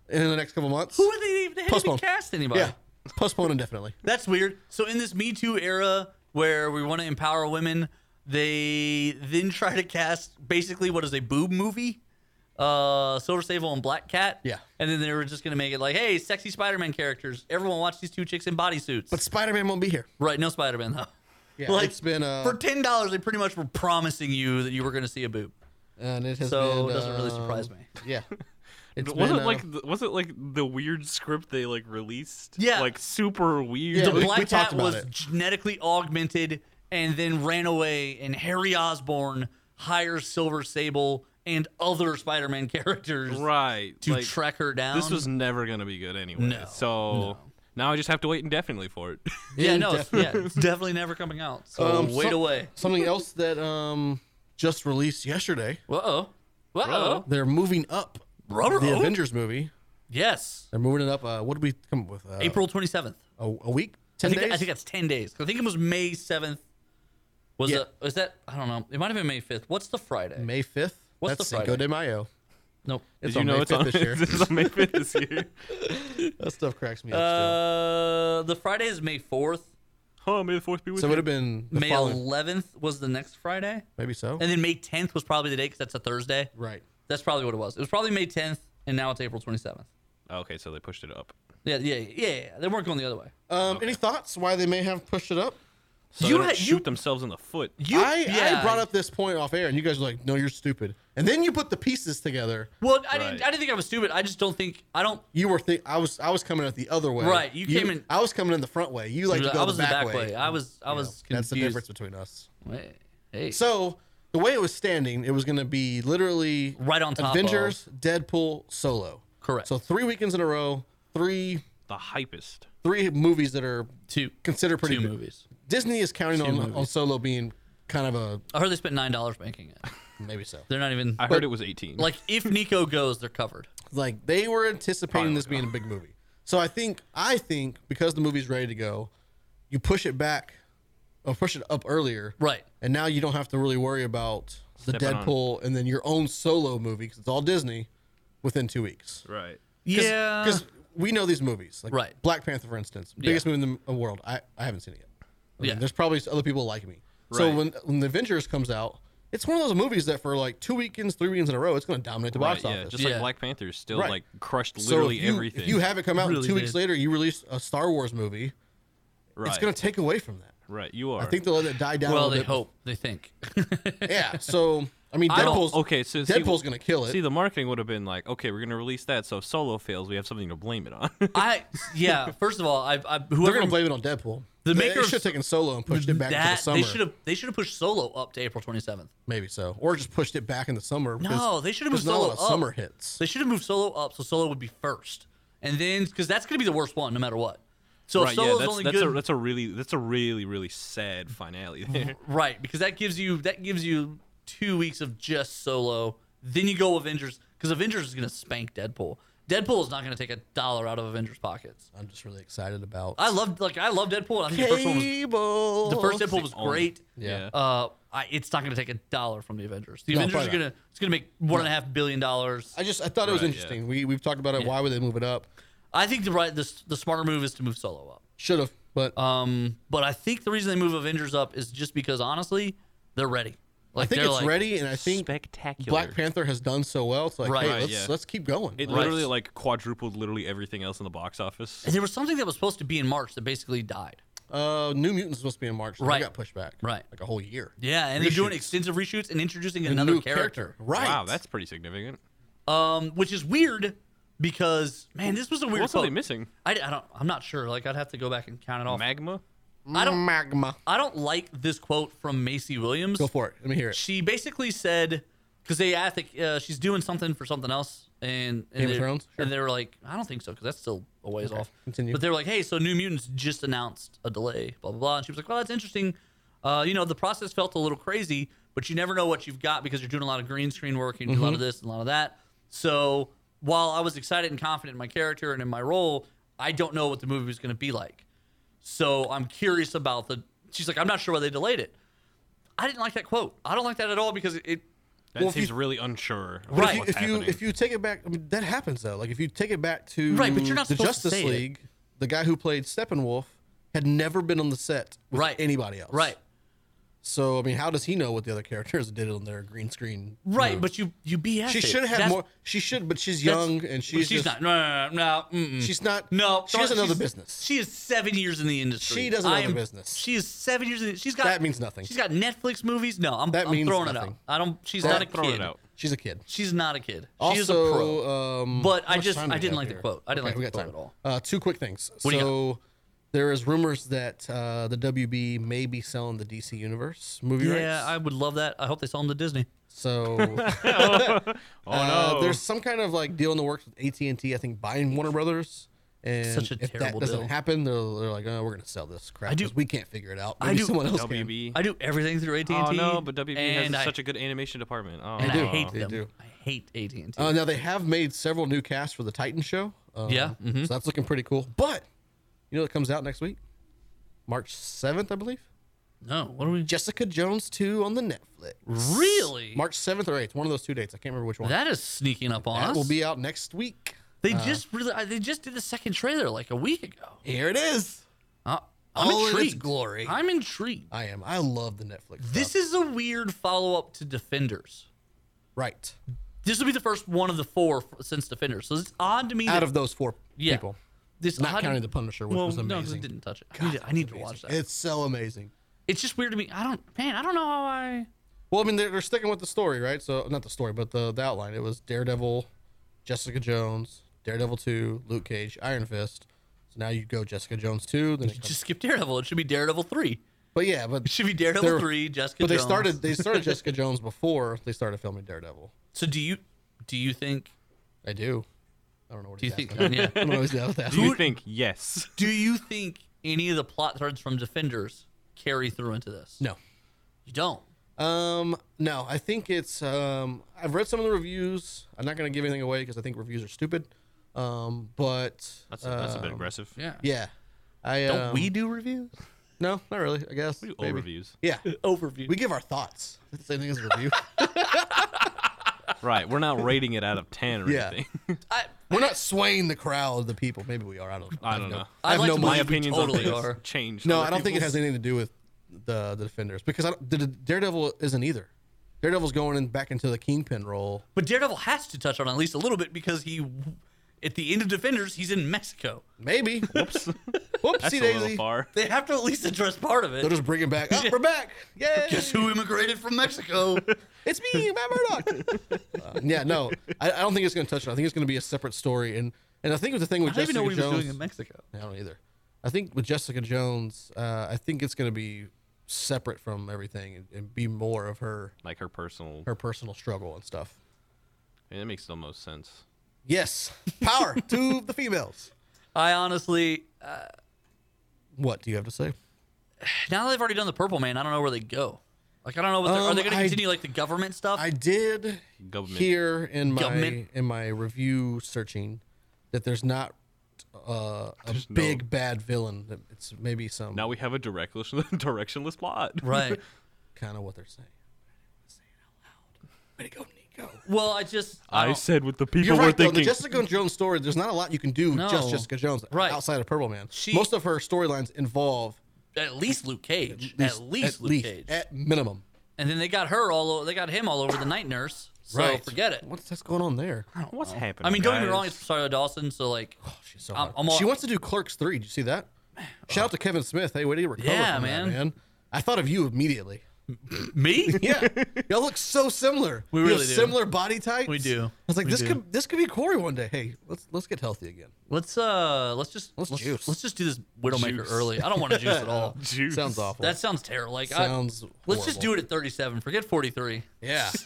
Speaker 1: in the next couple months.
Speaker 2: Who are they even they haven't even
Speaker 1: Postpone.
Speaker 2: cast anybody?
Speaker 1: yeah, postponed indefinitely.
Speaker 2: That's weird. So in this Me Too era where we want to empower women, they then try to cast basically what is a boob movie? Uh Silver Sable and Black Cat.
Speaker 1: Yeah.
Speaker 2: And then they were just gonna make it like, hey, sexy Spider Man characters. Everyone watch these two chicks in bodysuits.
Speaker 1: But Spider Man won't be here.
Speaker 2: right, no Spider Man though.
Speaker 1: Yeah, it's been, uh,
Speaker 2: for ten dollars they pretty much were promising you that you were gonna see a boob.
Speaker 1: And it has
Speaker 2: So
Speaker 1: been,
Speaker 2: it doesn't really
Speaker 1: um,
Speaker 2: surprise me. [LAUGHS]
Speaker 1: Yeah. It's
Speaker 3: was
Speaker 1: been,
Speaker 3: it
Speaker 1: uh,
Speaker 3: like the, was it like the weird script they like released?
Speaker 2: Yeah.
Speaker 3: Like super weird.
Speaker 1: Yeah,
Speaker 2: The
Speaker 1: we-
Speaker 2: Black
Speaker 1: we talked
Speaker 2: Cat
Speaker 1: about
Speaker 2: was
Speaker 1: it.
Speaker 2: genetically augmented and then ran away, and Harry Osborn hires Silver Sable and other Spider-Man [LAUGHS] characters
Speaker 3: right.
Speaker 2: to
Speaker 3: like,
Speaker 2: track her down.
Speaker 3: This was never gonna be good anyway.
Speaker 2: No,
Speaker 3: So now I just have to wait indefinitely for it. [LAUGHS]
Speaker 2: yeah, no, it's, yeah, it's definitely never coming out. So
Speaker 1: um,
Speaker 2: wait
Speaker 1: some-
Speaker 2: away.
Speaker 1: Something else that um just released yesterday.
Speaker 2: Whoa, whoa,
Speaker 1: They're moving up the
Speaker 2: Ruh-roh.
Speaker 1: Avengers movie.
Speaker 2: oh, yes,
Speaker 1: They're moving it up. Uh, what did we come up with? Uh,
Speaker 2: April twenty-seventh.
Speaker 1: A, a week?
Speaker 2: I
Speaker 1: Ten
Speaker 2: think,
Speaker 1: days?
Speaker 2: I think that's ten days. I think it was May seventh. Was
Speaker 1: Yeah.
Speaker 2: it? Was that? I don't know. It might have been May fifth. What's the Friday?
Speaker 1: May 5th.
Speaker 2: What's
Speaker 1: that's
Speaker 2: the
Speaker 1: Cinco
Speaker 2: Friday?
Speaker 1: de Mayo.
Speaker 2: Nope.
Speaker 1: It's
Speaker 3: Did you
Speaker 1: on
Speaker 3: know
Speaker 1: May
Speaker 3: it's
Speaker 1: 5th
Speaker 3: on,
Speaker 1: this year.
Speaker 2: [LAUGHS]
Speaker 1: [LAUGHS]
Speaker 3: it's on May 5th [LAUGHS] this year?
Speaker 1: that stuff cracks me up.
Speaker 2: Uh, the Friday is May fourth.
Speaker 3: Oh, may the fourth be with
Speaker 1: So it
Speaker 3: you.
Speaker 1: would have been the
Speaker 2: May
Speaker 1: following-
Speaker 2: 11th was the next Friday,
Speaker 1: maybe so.
Speaker 2: and then May 10th was probably the day because that's a Thursday.
Speaker 1: right.
Speaker 2: That's probably what it was. It was probably May 10th, and now it's April 27th.
Speaker 3: okay, so they pushed it up.
Speaker 2: Yeah, yeah, yeah. yeah. They weren't going the other way.
Speaker 1: Um, Any thoughts why they may have pushed it up?
Speaker 3: So
Speaker 2: You
Speaker 3: they don't
Speaker 2: had-
Speaker 3: shoot
Speaker 2: you-
Speaker 3: themselves in the foot.
Speaker 2: You,
Speaker 1: I,
Speaker 2: yeah.
Speaker 1: I brought up this point off air, and you guys were like, "No, you're stupid." And then you put the pieces together.
Speaker 2: Well, I didn't.
Speaker 3: Right.
Speaker 2: I didn't think I was stupid. I just don't think. I don't.
Speaker 1: You were think I was I was coming out the other way.
Speaker 2: Right, you came in-
Speaker 1: I was coming in the front way. You like to go
Speaker 2: I was
Speaker 1: the back, way.
Speaker 2: I was. I
Speaker 1: You know,
Speaker 2: was confused.
Speaker 1: that's the difference between us.
Speaker 2: Wait, hey.
Speaker 1: So the way it was standing, it was going to be literally
Speaker 2: Right on top
Speaker 1: Avengers, Deadpool, Solo.
Speaker 2: Correct.
Speaker 1: So three weekends in a row, three
Speaker 3: The hypest.
Speaker 1: three movies that are
Speaker 2: two
Speaker 1: considered pretty
Speaker 2: two
Speaker 1: good.
Speaker 2: movies.
Speaker 1: Disney is counting on, on
Speaker 2: movies.
Speaker 1: Solo being kind of a
Speaker 2: I heard they spent nine dollars making it.
Speaker 1: maybe so.
Speaker 2: They're
Speaker 1: [LAUGHS]
Speaker 2: not even
Speaker 3: I heard it was 18.
Speaker 2: like if Nico goes, they're covered.
Speaker 1: like they were anticipating this being a big movie. So I think I think because the movie's ready to go, you push it back or push it up earlier.
Speaker 2: Right.
Speaker 1: And now you don't have to really worry about the
Speaker 3: Stepping on.
Speaker 1: Deadpool and then your own solo movie because it's all Disney within 2 weeks.
Speaker 3: right.
Speaker 2: Yeah.
Speaker 1: Cuz we know these movies. Like
Speaker 2: Right.
Speaker 1: Black Panther for instance, biggest movie in the uh, world. I I haven't seen it yet. I mean,
Speaker 2: Yeah.
Speaker 1: There's probably other people like me. So
Speaker 3: Right.
Speaker 1: when when The Avengers comes out, it's one of those movies that for like 2 weekends, 3 weekends in a row, it's going to dominate the box
Speaker 3: Right,
Speaker 1: office.
Speaker 3: yeah, just
Speaker 2: Yeah.
Speaker 3: like Black Panther still
Speaker 1: Right.
Speaker 3: like crushed
Speaker 1: So if
Speaker 3: literally
Speaker 1: you-
Speaker 3: everything.
Speaker 1: If you have it come out
Speaker 2: Really
Speaker 1: and two weeks
Speaker 2: did.
Speaker 1: later, you release a Star Wars movie,
Speaker 3: right.
Speaker 1: it's going to take away from that.
Speaker 3: right. You are.
Speaker 1: I think they'll let it die down. a
Speaker 2: well, they
Speaker 1: little
Speaker 2: hope. They think. [LAUGHS]
Speaker 1: bit. Yeah. So I mean,
Speaker 2: I don't-
Speaker 1: Deadpool's
Speaker 3: okay, so see-
Speaker 1: Deadpool's going to kill it.
Speaker 3: See, the marketing would have been like, okay, we're gonna release that, so if Solo fails, we have something to blame it on. [LAUGHS]
Speaker 1: Oh,
Speaker 2: I yeah. First of all, I, I
Speaker 1: They're
Speaker 2: whoever
Speaker 1: going to blame it on Deadpool.
Speaker 2: The
Speaker 1: They-
Speaker 2: maker
Speaker 1: they
Speaker 2: of-
Speaker 1: should have taken Solo and pushed it back to the
Speaker 2: that
Speaker 1: summer.
Speaker 2: they should have they should have pushed Solo up to April 27th.
Speaker 1: maybe so, or just pushed it back in the summer.
Speaker 2: No, they should have moved
Speaker 1: not a
Speaker 2: Solo
Speaker 1: lot
Speaker 2: up.
Speaker 1: of summer hits.
Speaker 2: They should have moved Solo up so Solo would be first, and then because that's gonna be the worst one no matter what. So if
Speaker 3: right. Yeah.
Speaker 2: Solo's
Speaker 3: That's
Speaker 2: only
Speaker 3: that's
Speaker 2: good,
Speaker 3: a that's a really that's a really really sad
Speaker 1: [LAUGHS]
Speaker 3: finale there.
Speaker 2: Right, because that gives you that gives you two weeks of just solo. Then you go Avengers because Avengers is gonna spank Deadpool. Deadpool is not gonna take a dollar out of Avengers pockets.
Speaker 1: I'm just really excited about.
Speaker 2: I love like I love Deadpool. I think the first one was
Speaker 1: Cable.
Speaker 2: the first Deadpool was great.
Speaker 1: Yeah.
Speaker 2: Uh, I, it's not gonna take a dollar from the Avengers. The
Speaker 1: No,
Speaker 2: Avengers are
Speaker 1: probably not.
Speaker 2: gonna it's gonna make one and a half billion dollars.
Speaker 1: I just I thought it was
Speaker 3: Right, yeah.
Speaker 1: interesting. We we've talked about it. Why would they move it up?
Speaker 2: I think the right the, the smarter move is to move Solo up.
Speaker 1: Should have, but
Speaker 2: Um, but I think the reason they move Avengers up is just because honestly they're ready. Like
Speaker 1: I think
Speaker 2: they're
Speaker 1: it's
Speaker 2: like,
Speaker 1: ready, and I think
Speaker 3: Spectacular.
Speaker 1: Black Panther has done so well. It's like,
Speaker 2: Right.
Speaker 1: hey,
Speaker 2: Right,
Speaker 1: let's,
Speaker 3: yeah.
Speaker 1: let's keep going.
Speaker 3: It
Speaker 2: Right.
Speaker 3: literally like quadrupled literally everything else in the box office.
Speaker 2: There was something that was supposed to be in March that basically died.
Speaker 1: uh, New Mutants supposed to be in March. Right.
Speaker 2: Right.
Speaker 1: They got pushed back.
Speaker 2: Right.
Speaker 1: Like a whole year.
Speaker 2: Yeah, and they're doing
Speaker 1: Reshoots.
Speaker 2: extensive reshoots and introducing
Speaker 1: A
Speaker 2: another
Speaker 1: new
Speaker 2: character,
Speaker 1: Right.
Speaker 3: Wow, that's pretty significant.
Speaker 2: um, which is weird because man, this was a weird.
Speaker 3: What's something
Speaker 2: quote.
Speaker 3: missing?
Speaker 2: I, I don't. I'm not sure. Like I'd have to go back and count it off.
Speaker 3: Magma.
Speaker 2: I don't.
Speaker 1: magma.
Speaker 2: I don't like this quote from Macy Williams.
Speaker 1: Go for it. Let me hear it.
Speaker 2: She basically said because they I think uh, she's doing something for something else, and and,
Speaker 1: Game of
Speaker 2: they,
Speaker 1: Thrones? Sure.
Speaker 2: and they were like, I don't think so because that's still a ways off.
Speaker 1: continue.
Speaker 2: But they were like, hey, so New Mutants just announced a delay, blah blah blah, and she was like, well, that's interesting. Uh, you know, the process felt a little crazy, but you never know what you've got because you're doing a lot of green screen work and you do a
Speaker 1: Mm-hmm.
Speaker 2: lot of this and a lot of that. So while I was excited and confident in my character and in my role, I don't know what the movie was going to be like. So I'm curious about the. She's like, I'm not sure why they delayed it. I didn't like that quote. I don't like that at all because it. it
Speaker 3: That
Speaker 1: Well, if
Speaker 3: seems
Speaker 1: you-
Speaker 3: really unsure. of
Speaker 1: But
Speaker 2: Right.
Speaker 3: what's
Speaker 1: If you, if you
Speaker 3: happening.
Speaker 1: if you take it back, I mean, that happens though. Like if you take it back to
Speaker 2: Right, but you're not
Speaker 1: the
Speaker 2: supposed to
Speaker 1: Justice
Speaker 2: say it.
Speaker 1: League, the guy who played Steppenwolf had never been on the set with
Speaker 2: Right.
Speaker 1: anybody else.
Speaker 2: right.
Speaker 1: So I mean, how does he know what the other characters did on their green screen?
Speaker 2: Right.
Speaker 1: move?
Speaker 2: But you you BS.
Speaker 1: she
Speaker 2: it.
Speaker 1: should have had
Speaker 2: That's-
Speaker 1: more. She should, but she's
Speaker 2: that's-
Speaker 1: young and
Speaker 2: but
Speaker 1: she's
Speaker 2: she's
Speaker 1: just-
Speaker 2: not. No. No. No. no mm-mm.
Speaker 1: She's not.
Speaker 2: no.
Speaker 1: she doesn't know the
Speaker 2: she's-
Speaker 1: business.
Speaker 2: She is seven years in the industry.
Speaker 1: She doesn't know
Speaker 2: I
Speaker 1: the
Speaker 2: am-
Speaker 1: business.
Speaker 2: She is seven years in. She's got.
Speaker 1: That means nothing.
Speaker 2: She's got Netflix movies. No, I'm,
Speaker 1: That
Speaker 2: I'm
Speaker 1: means
Speaker 2: throwing it out.
Speaker 1: nothing.
Speaker 2: I don't. She's
Speaker 1: That-
Speaker 2: not a kid.
Speaker 3: throwing it out.
Speaker 1: She's a kid.
Speaker 2: She's not a kid. she is a
Speaker 1: also,
Speaker 2: pro.
Speaker 1: um,
Speaker 2: But
Speaker 1: how
Speaker 2: I
Speaker 1: much
Speaker 2: just-
Speaker 1: time do
Speaker 2: I
Speaker 1: we
Speaker 2: didn't
Speaker 1: have
Speaker 2: like the
Speaker 1: here?
Speaker 2: quote. I didn't
Speaker 1: Okay,
Speaker 2: like
Speaker 1: we
Speaker 2: the
Speaker 1: got
Speaker 2: quote
Speaker 1: time. Uh, two quick things.
Speaker 2: What do you
Speaker 1: so there is rumors that uh, the WB may be selling the DC Universe movie
Speaker 2: yeah,
Speaker 1: rights.
Speaker 2: I would love that. I hope they sell them to Disney. [LAUGHS]
Speaker 1: So
Speaker 2: Oh,
Speaker 1: [LAUGHS] uh, there's some kind of like deal in the works with AT and T. I think buying Warner Brothers. And
Speaker 2: Such a
Speaker 1: if that
Speaker 2: terrible
Speaker 1: doesn't
Speaker 2: deal.
Speaker 1: happen, they're, they're like, "Oh, we're gonna sell this crap.
Speaker 2: I do-
Speaker 1: 'cause we can't figure it out.
Speaker 2: I
Speaker 1: Maybe
Speaker 2: do-
Speaker 1: someone else can."
Speaker 3: WB.
Speaker 2: I do everything through AT&T.
Speaker 3: oh no, but WB has
Speaker 2: and I-
Speaker 3: such a good animation department. Oh,
Speaker 2: and
Speaker 1: They
Speaker 2: I
Speaker 1: do.
Speaker 2: hate
Speaker 1: They
Speaker 2: them.
Speaker 1: do.
Speaker 2: I hate AT and T.
Speaker 1: Uh, now they have made several new casts for the Titan show. Um,
Speaker 2: Yeah, mhm.
Speaker 1: so that's looking pretty cool. But you know, it comes out next week, March seventh, I believe.
Speaker 2: no, what are we?
Speaker 1: Jessica Jones two on the Netflix.
Speaker 2: Really?
Speaker 1: March seventh or eighth, one of those two dates. I can't remember which one.
Speaker 2: that is sneaking up on
Speaker 1: That
Speaker 2: us.
Speaker 1: will be uh, out next week.
Speaker 2: they just really, I- they just did the second trailer like a week ago.
Speaker 1: Here it is.
Speaker 2: Uh, I'm
Speaker 1: all in its
Speaker 2: intrigued.
Speaker 1: glory.
Speaker 2: I'm intrigued.
Speaker 1: I am. I love the Netflix.
Speaker 2: This
Speaker 1: stuff.
Speaker 2: is a weird follow up to Defenders.
Speaker 1: right
Speaker 2: This will be the first one of the four f- since Defenders. So it's odd to me.
Speaker 1: out
Speaker 2: that-
Speaker 1: of those four
Speaker 2: yeah,
Speaker 1: people,
Speaker 2: This
Speaker 1: not
Speaker 2: odd,
Speaker 1: counting the Punisher, which
Speaker 2: Well,
Speaker 1: was
Speaker 2: no, 'cause
Speaker 1: amazing.
Speaker 2: it didn't touch it. I need, to- I need to watch that.
Speaker 1: It's so amazing.
Speaker 2: it's just weird to me. I don't, man. I don't know how I.
Speaker 1: Well, I mean, they're, they're sticking with the story, right? So not the story, but the, the outline. It was Daredevil, Jessica Jones, Daredevil two, Luke Cage, Iron Fist. So now you go Jessica Jones two. Then it comes,
Speaker 2: Just skip Daredevil. It should be Daredevil three.
Speaker 1: but yeah, but
Speaker 2: It should be Daredevil
Speaker 1: They're-
Speaker 2: three. Jessica.
Speaker 1: but they
Speaker 2: Jones.
Speaker 1: started they
Speaker 2: [LAUGHS]
Speaker 1: started Jessica Jones before they started filming Daredevil.
Speaker 2: So do you do you think
Speaker 1: I do. I don't know what
Speaker 2: do you
Speaker 1: he's
Speaker 2: think [LAUGHS]
Speaker 1: asking. I
Speaker 2: yeah
Speaker 1: don't know what he's asking.
Speaker 3: Do you think yes?
Speaker 2: do you think any of the plot threads from Defenders carry through into this?
Speaker 1: no.
Speaker 2: you don't.
Speaker 1: Um, no, I think it's. Um, I've read some of the reviews. I'm not going to give anything away because I think reviews are stupid. Um, but
Speaker 3: That's a, that's a bit
Speaker 1: um,
Speaker 3: aggressive.
Speaker 2: Yeah.
Speaker 1: Yeah, I
Speaker 2: Don't
Speaker 1: um,
Speaker 2: we
Speaker 1: [LAUGHS]
Speaker 2: do reviews?
Speaker 1: No, not really. I guess
Speaker 3: We do
Speaker 1: maybe.
Speaker 3: overviews.
Speaker 1: Yeah,
Speaker 2: Overview.
Speaker 1: we give our thoughts. That's the same thing as a
Speaker 3: [LAUGHS]
Speaker 1: review.
Speaker 3: Right. We're not rating it out of ten or
Speaker 1: Yeah.
Speaker 3: anything.
Speaker 2: I,
Speaker 1: We're not swaying the crowd, the people. Maybe we are. I don't. know.
Speaker 3: I
Speaker 1: have
Speaker 3: don't
Speaker 1: no-
Speaker 3: know.
Speaker 1: I have
Speaker 2: I'd like
Speaker 1: no
Speaker 2: to
Speaker 1: money.
Speaker 3: My
Speaker 2: believe we
Speaker 3: opinions
Speaker 2: totally
Speaker 3: on things
Speaker 2: are.
Speaker 3: change.
Speaker 1: No,
Speaker 3: other
Speaker 1: I don't think it
Speaker 3: people's.
Speaker 1: has anything to do with the the defenders because I don't, the, the Daredevil isn't either. Daredevil's going in back into the kingpin role.
Speaker 2: but Daredevil has to touch on it at least a little bit because he, at the end of Defenders, he's in Mexico.
Speaker 1: Maybe. Whoops. [LAUGHS] Whoopsie
Speaker 3: That's a little
Speaker 1: daisy.
Speaker 3: far.
Speaker 2: They have to at least address part of
Speaker 1: They'll
Speaker 2: it.
Speaker 1: just bring him back. Oh, we're back. Yay.
Speaker 2: Guess who immigrated from Mexico?
Speaker 1: It's me, Matt
Speaker 3: [LAUGHS]
Speaker 1: Murdock. Uh, yeah, no, I, I don't think it's going to touch it. I think it's going to be a separate story. And and I think with the thing with
Speaker 2: I don't even
Speaker 1: Jessica
Speaker 2: know what he was
Speaker 1: Jones,
Speaker 2: doing in Mexico.
Speaker 1: I don't either. I think with Jessica Jones, uh, I think it's going to be separate from everything and, and be more of her
Speaker 3: Like her personal.
Speaker 1: her personal struggle and stuff.
Speaker 3: I mean, that makes the most sense.
Speaker 1: Yes, power to the females.
Speaker 2: I honestly,
Speaker 1: What do you have to say?
Speaker 2: now that they've already done the Purple Man, I don't know where they go. Like I don't know what they're, are
Speaker 1: Um,
Speaker 2: they going to
Speaker 1: I-
Speaker 2: continue like the government stuff?
Speaker 1: I did
Speaker 3: Government.
Speaker 1: hear in my
Speaker 2: Government.
Speaker 1: in my review searching that there's not uh, a
Speaker 3: There's no-
Speaker 1: big bad villain. That It's maybe some
Speaker 3: Now we have a directless, [LAUGHS] directionless plot.
Speaker 2: [LAUGHS] right.
Speaker 1: kind of what they're saying. Way to go, Nico.
Speaker 2: Well, I just I,
Speaker 3: I
Speaker 2: don't-
Speaker 3: said what the
Speaker 1: You're
Speaker 3: people were
Speaker 1: right, though. The
Speaker 3: thinking.
Speaker 1: Jessica Jones story, there's not a lot you can do with just
Speaker 2: No.
Speaker 1: Jessica Jones
Speaker 2: Right.
Speaker 1: outside of Purple Man.
Speaker 2: She-
Speaker 1: Most of her storylines involve
Speaker 2: at least Luke Cage. At least, Luke Cage.
Speaker 1: at minimum.
Speaker 2: and then they got her all. o- They got him all over the Night Nurse. So
Speaker 1: Right.
Speaker 2: forget it.
Speaker 1: What's that's going on there?
Speaker 3: What's happening?
Speaker 2: Oh. I mean, don't get me
Speaker 3: guys?
Speaker 2: wrong. It's Sarah Dawson. So like,
Speaker 1: She's so
Speaker 2: I'm-
Speaker 1: hot.
Speaker 2: I'm all-
Speaker 1: she wants to do Clerks Three. Did you see that? Shout out to Kevin Smith. Hey, where do you recover
Speaker 2: Yeah,
Speaker 1: from that,
Speaker 2: man.
Speaker 1: man? I thought of you immediately.
Speaker 2: [LAUGHS] me?
Speaker 1: Yeah, [LAUGHS] y'all look so similar.
Speaker 2: We
Speaker 1: You have
Speaker 2: really do.
Speaker 1: similar body types.
Speaker 2: We do.
Speaker 1: I was like,
Speaker 2: We
Speaker 1: this
Speaker 2: do.
Speaker 1: could this could be Corey one day. Hey, let's let's get healthy again.
Speaker 2: Let's uh, let's just
Speaker 1: Let's
Speaker 2: let's
Speaker 1: juice.
Speaker 2: let's, just do this Widowmaker
Speaker 3: Juice.
Speaker 2: early. I don't want to juice
Speaker 1: [LAUGHS]
Speaker 2: at all.
Speaker 3: Juice.
Speaker 1: Sounds awful.
Speaker 2: That sounds terrible. Like,
Speaker 1: Sounds
Speaker 2: I, let's just do
Speaker 1: horrible.
Speaker 2: it at 37. Forget 43.
Speaker 1: yeah.
Speaker 2: [LAUGHS]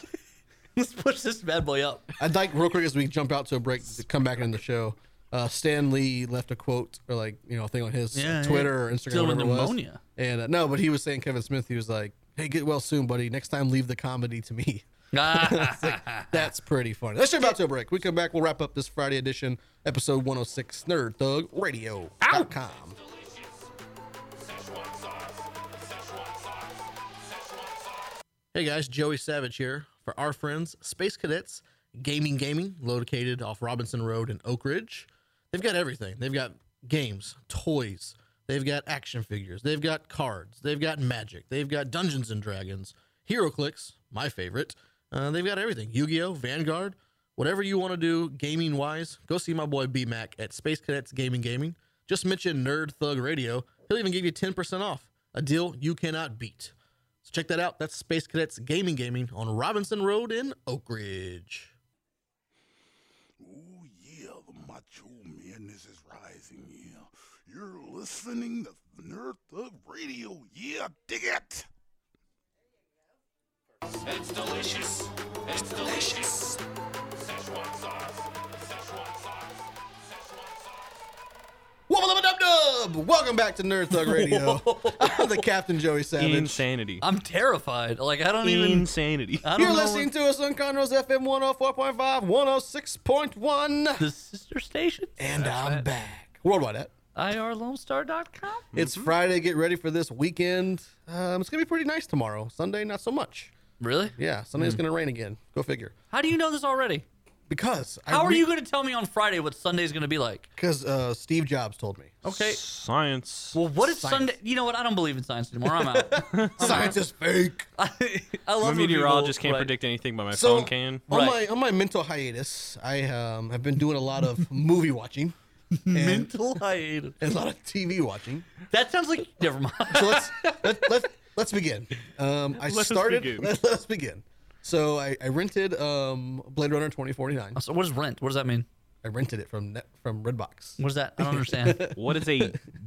Speaker 2: Let's push this bad boy
Speaker 1: [LAUGHS]
Speaker 2: up.
Speaker 1: I'd like real quick as we jump out to a break to come back in the show. Uh, Stan Lee left a quote or like you know a thing on his
Speaker 2: Yeah, yeah.
Speaker 1: Twitter or Instagram.
Speaker 2: Dealing with
Speaker 1: whatever it was.
Speaker 2: pneumonia.
Speaker 1: And uh, no, but he was saying Kevin Smith. He was like, "Hey, get well soon, buddy. Next time, leave the comedy to me."
Speaker 2: Ah,
Speaker 1: [LAUGHS] That's pretty funny. Let's jump out to a break. We come back. We'll wrap up this Friday edition, episode 106, Nerd Thug Radio. com.
Speaker 5: Delicious. Szechuan sauce. Szechuan sauce. Szechuan sauce.
Speaker 1: Hey guys, Joey Savage here for our friends Space Cadets Gaming Gaming, located off Robinson Road in Oak Ridge. They've got everything. They've got games, toys, they've got action figures, they've got cards, they've got magic, they've got Dungeons and Dragons, HeroClix, my favorite. Uh, they've got everything. Yu-Gi-Oh, Vanguard, whatever you want to do gaming wise, go see my boy B Mac at Space Cadets Gaming Gaming. Just mention Nerd Thug Radio. He'll even give you 10% off. A deal you cannot beat. So check that out. That's Space Cadets Gaming Gaming on Robinson Road in Oak Ridge.
Speaker 7: Oh, yeah, the macho madness is rising, yeah. You're listening to Nerd Thug Radio, yeah, dig it!
Speaker 5: And it's delicious. And it's delicious. Szechuan sauce. Szechuan sauce. Szechuan sauce.
Speaker 1: Wubba dub dub! Welcome back to Nerd Thug
Speaker 2: [LAUGHS]
Speaker 1: Radio. I'm [LAUGHS] the Captain Joey Savage.
Speaker 3: Insanity.
Speaker 2: I'm terrified. Like, I don't even.
Speaker 3: Insanity.
Speaker 2: I don't
Speaker 1: You're
Speaker 2: know
Speaker 1: listening
Speaker 2: what-
Speaker 1: to us on Conroe's FM 104.5, 106.1.
Speaker 2: the sister station.
Speaker 1: And I'm back. Worldwide at.
Speaker 2: IRLoneStar.com.
Speaker 1: It's Friday. Get ready for this weekend. Um, it's gonna be pretty nice tomorrow. Sunday, not so much.
Speaker 2: Really? Mm.
Speaker 1: Yeah, Sunday's gonna rain again. Go figure.
Speaker 2: How do you know this already?
Speaker 1: because I
Speaker 2: How are
Speaker 1: re-
Speaker 2: you going to tell me on Friday what Sunday's going to be like?
Speaker 1: Because uh, Steve Jobs told me.
Speaker 2: Okay.
Speaker 3: Science.
Speaker 2: Well, what if
Speaker 1: Science.
Speaker 2: Sunday? You know what? I don't believe in science
Speaker 1: [LAUGHS]
Speaker 2: anymore. I'm out.
Speaker 1: Science is fake.
Speaker 2: I, I love
Speaker 3: My
Speaker 2: when people-
Speaker 3: meteorologist can't
Speaker 2: right. [LAUGHS]
Speaker 3: predict anything, but my
Speaker 1: So-
Speaker 3: phone can.
Speaker 1: On
Speaker 2: Right.
Speaker 1: my on my mental hiatus, I um, have been doing a lot of [LAUGHS] movie watching and,
Speaker 2: Mental hiatus.
Speaker 1: and a lot of TV watching.
Speaker 2: That sounds like never mind.
Speaker 1: [LAUGHS] So
Speaker 2: [LAUGHS]
Speaker 1: let's let, let, let's begin. Um, I
Speaker 3: Let's
Speaker 1: started.
Speaker 3: begin.
Speaker 1: [LAUGHS] Let, us begin. So I, I rented um, Blade Runner 2049.
Speaker 2: So what is rent? What does that mean?
Speaker 1: I rented it from net, from Redbox.
Speaker 2: [LAUGHS] What is that? I don't understand.
Speaker 3: What is a
Speaker 2: [LAUGHS]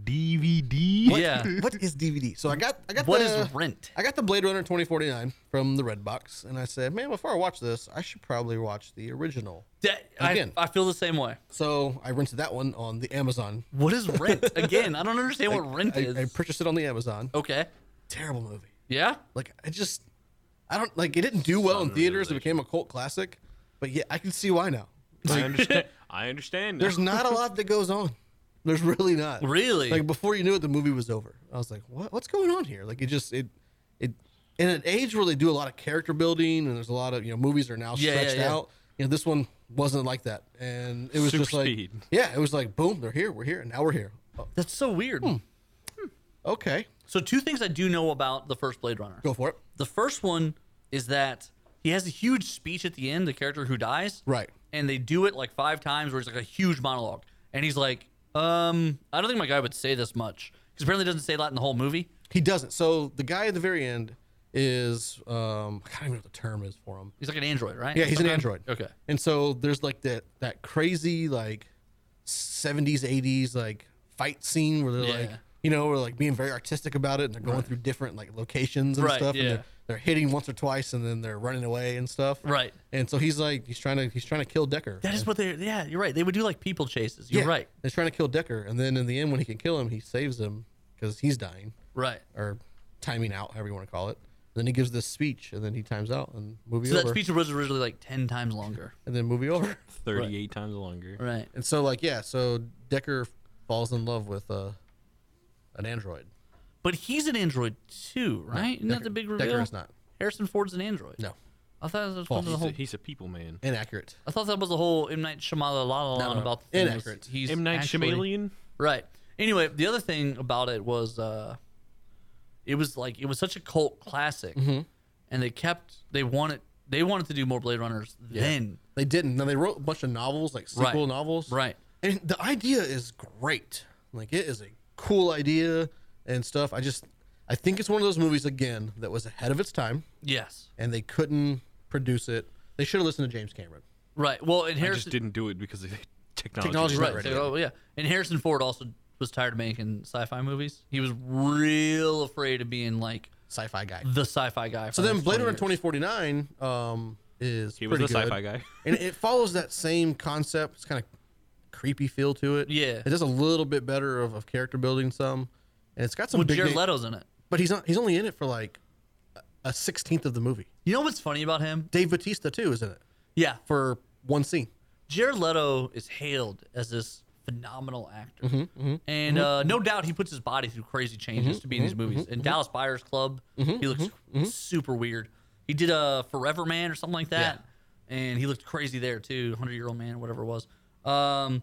Speaker 3: DVD?
Speaker 2: yeah.
Speaker 1: [LAUGHS] What is DVD? So I got I got
Speaker 2: What
Speaker 1: the,
Speaker 2: is rent?
Speaker 1: I got the Blade Runner 2049 from the Redbox, and I said, man, before I watch this, I should probably watch the original.
Speaker 2: That- I,
Speaker 1: Again.
Speaker 2: I feel the same way.
Speaker 1: So I rented that one on the Amazon.
Speaker 2: What is rent? [LAUGHS] Again, I don't understand what rent
Speaker 1: I,
Speaker 2: is. Oh.
Speaker 1: I purchased it on the Amazon.
Speaker 2: okay.
Speaker 1: Terrible movie.
Speaker 2: Yeah.
Speaker 1: Like I just, I don't like. It didn't do well in theaters. It became a cult classic. But yeah, I can see why now.
Speaker 2: [LAUGHS]
Speaker 3: I understand. I understand.
Speaker 1: There's
Speaker 3: [LAUGHS]
Speaker 1: not a lot that goes on. There's really not.
Speaker 2: Really?
Speaker 1: Like before you knew it, the movie was over. I was like, what? What's going on here? Like it just it it in an age where they do a lot of character building and there's a lot of you know movies are now
Speaker 2: Yeah, yeah,
Speaker 1: stretched
Speaker 2: yeah.
Speaker 1: out. You know this one wasn't like that, and it was
Speaker 3: Super
Speaker 1: just like
Speaker 3: speed.
Speaker 1: yeah, it was like boom, they're here, we're here, and now we're here. Oh,
Speaker 2: That's so weird.
Speaker 1: okay,
Speaker 2: So two things I do know about the first Blade Runner.
Speaker 1: go for it.
Speaker 2: The first one is that he has a huge speech at the end, the character who dies.
Speaker 1: Right.
Speaker 2: And they do it like five times where it's like a huge monologue. And he's like, um, I don't think my guy would say this much. Because apparently he doesn't say a lot in the whole movie.
Speaker 1: He doesn't. So the guy at the very end is um I can't even know what the term is for him.
Speaker 2: He's like an android, right?
Speaker 1: Yeah, he's an
Speaker 2: Okay.
Speaker 1: android.
Speaker 2: Okay.
Speaker 1: And so there's like that that crazy like 70s 80s like fight scene where they're like
Speaker 2: Yeah.
Speaker 1: you know we're like being very artistic about it and they're going through different like locations and
Speaker 2: Right,
Speaker 1: stuff and
Speaker 2: yeah.
Speaker 1: they're, they're hitting once or twice and then they're running away and stuff.
Speaker 2: Right.
Speaker 1: And so he's like he's trying to he's trying to kill Decker.
Speaker 2: That is what they're, yeah, you're right. They would do like people chases. You're
Speaker 1: Yeah.
Speaker 2: right.
Speaker 1: He's trying to kill Decker and then in the end when he can kill him he saves him cuz he's dying
Speaker 2: Right.
Speaker 1: or timing out however you want to call it. Then he gives this speech and then he times out and movie
Speaker 2: So that
Speaker 1: over.
Speaker 2: speech was originally like 10 times longer.
Speaker 1: and then movie
Speaker 2: [LAUGHS]
Speaker 1: over.
Speaker 3: 38 times longer.
Speaker 2: Right.
Speaker 1: And so, like, yeah, so Decker falls in love with uh, an android.
Speaker 2: But he's an android too, right? Isn't that the big reveal?
Speaker 1: Decker is not.
Speaker 2: Harrison Ford's an android.
Speaker 1: No.
Speaker 2: I thought that was one of the
Speaker 3: He's a,
Speaker 2: whole
Speaker 3: he's a people man.
Speaker 1: Inaccurate.
Speaker 2: I thought that was the whole M Night Shyamalan la la la
Speaker 1: no.
Speaker 2: about the thing.
Speaker 1: Inaccurate.
Speaker 2: He's
Speaker 3: M Night
Speaker 2: actually-
Speaker 3: Shyamalan.
Speaker 2: Right. Anyway, the other thing about it was, uh, it was like it was such a cult classic,
Speaker 1: Mm-hmm.
Speaker 2: and they kept they wanted they wanted to do more Blade Runners then.
Speaker 1: They didn't. Now, they wrote a bunch of novels, like sequel
Speaker 2: Right.
Speaker 1: novels.
Speaker 2: Right.
Speaker 1: And the idea is great. Like, it is a cool idea and stuff. I just, I think it's one of those movies, again, that was ahead of its time
Speaker 2: Yes.
Speaker 1: and they couldn't produce it. They should have listened to James Cameron.
Speaker 2: Right. Well, and
Speaker 3: I
Speaker 2: Harrison.
Speaker 3: just didn't do it because of [LAUGHS] the technology.
Speaker 1: Technology's not
Speaker 2: right.
Speaker 1: ready
Speaker 2: so- oh yeah. And Harrison Ford also was tired of making sci-fi movies. He was real afraid of being like
Speaker 1: Sci fi guy.
Speaker 2: the sci-fi guy.
Speaker 1: So then Blade Runner
Speaker 2: Twenty.
Speaker 1: 2049 um, is
Speaker 3: He was the
Speaker 1: pretty good.
Speaker 3: sci-fi guy.
Speaker 1: [LAUGHS] and it follows that same concept. It's kind of creepy feel to it.
Speaker 2: Yeah.
Speaker 1: it does a little bit better of, of character building some, and it's got some
Speaker 2: Well,
Speaker 1: big.
Speaker 2: Jared
Speaker 1: name-
Speaker 2: Leto's in it.
Speaker 1: but he's not. He's only in it for like a- a sixteenth of the movie.
Speaker 2: You know what's funny about him?
Speaker 1: Dave Batista too is in it
Speaker 2: Yeah.
Speaker 1: for one scene.
Speaker 2: Jared Leto is hailed as this phenomenal actor,
Speaker 3: Mm-hmm,
Speaker 2: and uh, no doubt he puts his body through crazy
Speaker 3: Mm-hmm,
Speaker 2: changes to be in these movies. in Dallas Buyers Club, he looks super weird. He did a Forever Man or something like that, and he looked crazy there too. Hundred Year Old Man, whatever it was. Um,